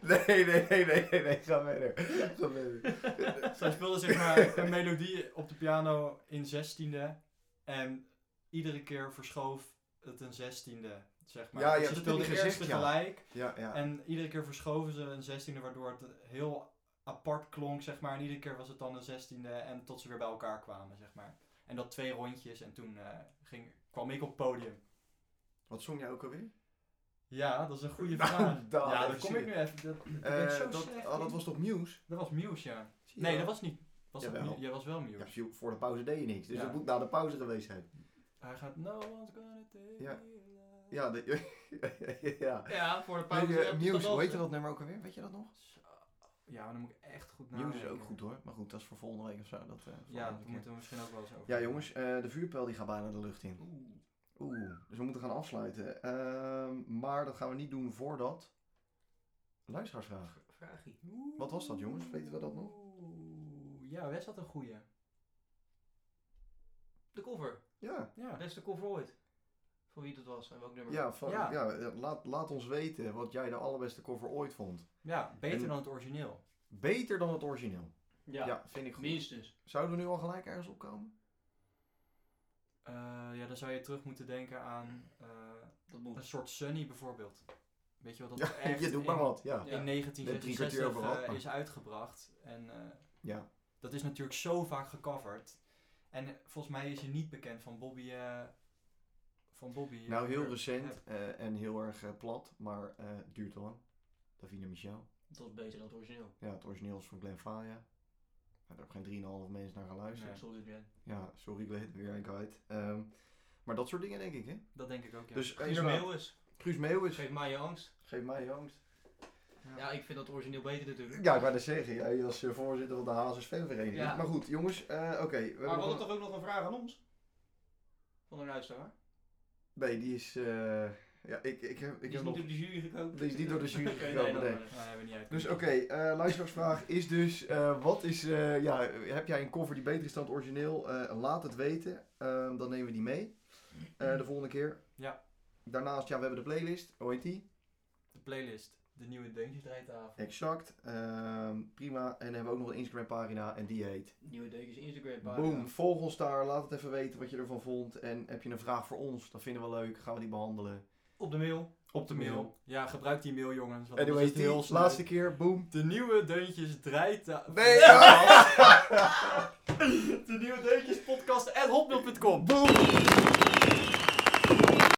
[SPEAKER 1] <laughs> nee, nee, nee, nee, nee, nee, ga verder. Ga verder.
[SPEAKER 2] <laughs> Zij speelde zeg maar een melodie op de piano in zestiende. En iedere keer verschoof het een zestiende, zeg maar.
[SPEAKER 1] Ja, ja, dat
[SPEAKER 2] Dus ze
[SPEAKER 1] heb
[SPEAKER 2] speelde
[SPEAKER 1] ik
[SPEAKER 2] eerst
[SPEAKER 1] gezegd, ja.
[SPEAKER 2] tegelijk.
[SPEAKER 1] Ja, ja.
[SPEAKER 2] En iedere keer verschoven ze een zestiende, waardoor het heel apart klonk, zeg maar. En iedere keer was het dan een zestiende en tot ze weer bij elkaar kwamen, zeg maar. En dat twee rondjes en toen eh, ging, kwam ik op het podium.
[SPEAKER 1] Wat zong jij ook alweer?
[SPEAKER 2] Ja, dat is een
[SPEAKER 1] <laughs>
[SPEAKER 2] goede
[SPEAKER 1] Nou,
[SPEAKER 2] vraag.
[SPEAKER 1] daar,
[SPEAKER 2] ja, daar
[SPEAKER 1] zie
[SPEAKER 2] kom
[SPEAKER 1] je.
[SPEAKER 2] ik nu even. Dat, ik ben
[SPEAKER 1] Eh,
[SPEAKER 2] zo
[SPEAKER 1] dat,
[SPEAKER 2] slecht
[SPEAKER 1] oh, dat
[SPEAKER 2] in.
[SPEAKER 1] was toch Muse?
[SPEAKER 2] Dat was Muse, ja.
[SPEAKER 1] Zie je
[SPEAKER 2] Nee,
[SPEAKER 1] wel?
[SPEAKER 2] dat was niet. Was dat
[SPEAKER 1] Jawel.
[SPEAKER 2] Muse? Jij was wel Muse.
[SPEAKER 1] Ja, viel- voor de pauze deed je niks, dus
[SPEAKER 2] Ja.
[SPEAKER 1] dat moet na de pauze geweest zijn.
[SPEAKER 2] Hij gaat, no one's gonna take
[SPEAKER 1] Ja.
[SPEAKER 2] me alive.
[SPEAKER 1] Ja, de, <laughs> ja.
[SPEAKER 3] <laughs> Ja, voor de pauze.
[SPEAKER 1] Nee, eh,
[SPEAKER 3] heb je dat
[SPEAKER 1] Muse,
[SPEAKER 3] al
[SPEAKER 1] hoe heet je
[SPEAKER 3] gezegd.
[SPEAKER 1] dat nummer ook alweer? Weet je dat nog?
[SPEAKER 2] Ja, maar dan moet ik echt goed nadenken.
[SPEAKER 1] Muse is ook goed hoor, maar goed, dat is voor volgende week of zo. Dat, eh,
[SPEAKER 2] Nou, Ja,
[SPEAKER 1] volgende
[SPEAKER 2] daar
[SPEAKER 1] keer.
[SPEAKER 2] moeten we misschien ook wel eens over.
[SPEAKER 1] ja jongens, eh, de vuurpijl die gaat bijna de lucht in.
[SPEAKER 3] Oeh.
[SPEAKER 1] Oeh, dus we moeten gaan afsluiten. Ehm, maar dat gaan we niet doen voordat... Luisteraarsvraag.
[SPEAKER 3] v- Vraagie.
[SPEAKER 2] Oeh.
[SPEAKER 1] Wat was dat, jongens? Weten we dat nog?
[SPEAKER 2] Oeh. Ja, Wes had een goeie.
[SPEAKER 3] De cover.
[SPEAKER 1] Ja.
[SPEAKER 2] Ja.
[SPEAKER 3] Beste cover ooit. Voor wie dat was en welk nummer.
[SPEAKER 1] Ja, van, ja.
[SPEAKER 2] Ja.
[SPEAKER 1] eh, laat, laat ons weten wat jij de allerbeste cover ooit vond.
[SPEAKER 2] Ja, beter
[SPEAKER 1] En-
[SPEAKER 2] dan het origineel.
[SPEAKER 1] Beter dan het origineel. Ja,
[SPEAKER 3] ja.
[SPEAKER 1] vind ik goed.
[SPEAKER 3] minstens.
[SPEAKER 1] Zouden we nu al gelijk ergens <laughs> opkomen?
[SPEAKER 2] Eh, ja, dan zou je terug moeten denken aan eh,
[SPEAKER 3] Dat
[SPEAKER 2] een
[SPEAKER 3] moet.
[SPEAKER 2] soort Sunny bijvoorbeeld. Weet je wel, dat
[SPEAKER 1] Ja,
[SPEAKER 2] echt
[SPEAKER 1] <laughs> je doet maar
[SPEAKER 2] in-
[SPEAKER 1] wat. Ja.
[SPEAKER 3] Ja.
[SPEAKER 1] Met
[SPEAKER 2] in
[SPEAKER 1] drie kwartier
[SPEAKER 2] 1966
[SPEAKER 1] overal,
[SPEAKER 2] eh,
[SPEAKER 1] maar-
[SPEAKER 2] is uitgebracht. En eh,
[SPEAKER 1] Ja.
[SPEAKER 2] dat is natuurlijk zo vaak gecoverd. En eh, volgens mij is je niet bekend van Bobby. eh, van Bobby eh,
[SPEAKER 1] Nou, heel
[SPEAKER 2] Hurt.
[SPEAKER 1] recent eh, en heel erg eh, plat, maar eh, het duurt te lang. Davina Michel.
[SPEAKER 3] Dat was beter dan het origineel.
[SPEAKER 1] Ja, het origineel is van Glenn Faya. Maar daar hebben geen 3,5 mensen naar geluisterd.
[SPEAKER 2] Nee.
[SPEAKER 3] Sorry, Glenn.
[SPEAKER 1] Ja, sorry Glenn, weer een guide. Ehm, maar dat soort dingen denk ik, hè?
[SPEAKER 2] Dat denk ik ook, ja.
[SPEAKER 1] Dus eh,
[SPEAKER 3] Guus
[SPEAKER 1] inderdaad,
[SPEAKER 3] Meeuwis.
[SPEAKER 1] Guus Meeuwis.
[SPEAKER 3] Geef mij je angst.
[SPEAKER 1] Geef mij je angst.
[SPEAKER 3] Ja, ik vind dat origineel beter natuurlijk.
[SPEAKER 1] Ja, ik wou dat zeggen. Jij als eh, voorzitter van de Hazes fanvereniging.
[SPEAKER 3] Ja.
[SPEAKER 1] Maar goed, jongens. eh, Oké. we hebben
[SPEAKER 3] Maar we
[SPEAKER 1] nog
[SPEAKER 3] hadden
[SPEAKER 1] een-
[SPEAKER 3] toch ook nog een vraag aan ons? Van een luisteraar.
[SPEAKER 1] Nee, die is... eh, ja, ik, ik heb,
[SPEAKER 3] Die
[SPEAKER 1] ik
[SPEAKER 3] is
[SPEAKER 1] heb
[SPEAKER 3] niet
[SPEAKER 1] nog...
[SPEAKER 3] door de jury gekomen.
[SPEAKER 1] Die is niet door de jury
[SPEAKER 3] Oké, <laughs> nee,
[SPEAKER 1] gekomen,
[SPEAKER 3] dan,
[SPEAKER 1] nee.
[SPEAKER 3] eh,
[SPEAKER 2] Nou, hebben we niet uit.
[SPEAKER 1] Dus oké, eh, luisteraarsvraag is dus... eh, wat is... eh, ja, heb jij een cover die beter is dan het origineel? Eh, laat het weten. Ehm, dan nemen we die mee. eh, de volgende keer.
[SPEAKER 2] Ja.
[SPEAKER 1] Daarnaast, ja, we hebben de playlist. Hoe heet die?
[SPEAKER 2] De playlist. De nieuwe Deuntjesdraaitafel.
[SPEAKER 1] Exact. Ehm, prima. En dan hebben we ook nog een Instagram pagina. En die heet...
[SPEAKER 3] Nieuwe dekens Instagram pagina.
[SPEAKER 2] eh,
[SPEAKER 1] Boom, volg ons daar. Laat het even weten wat je ervan vond. En heb je een vraag voor ons? Dat vinden we leuk. Gaan we die behandelen.
[SPEAKER 3] Op de mail.
[SPEAKER 2] Op de mail. Ja, gebruik die mail, jongens. want
[SPEAKER 1] Anyway,
[SPEAKER 2] anders is het heel
[SPEAKER 1] die
[SPEAKER 2] snel.
[SPEAKER 1] laatste keer. Boom.
[SPEAKER 2] De nieuwe Deuntjes Draaitafel.
[SPEAKER 1] Nee!
[SPEAKER 2] <laughs>
[SPEAKER 1] <laughs>
[SPEAKER 2] De nieuwe Deuntjes podcast at hotmail.com.
[SPEAKER 1] Boom!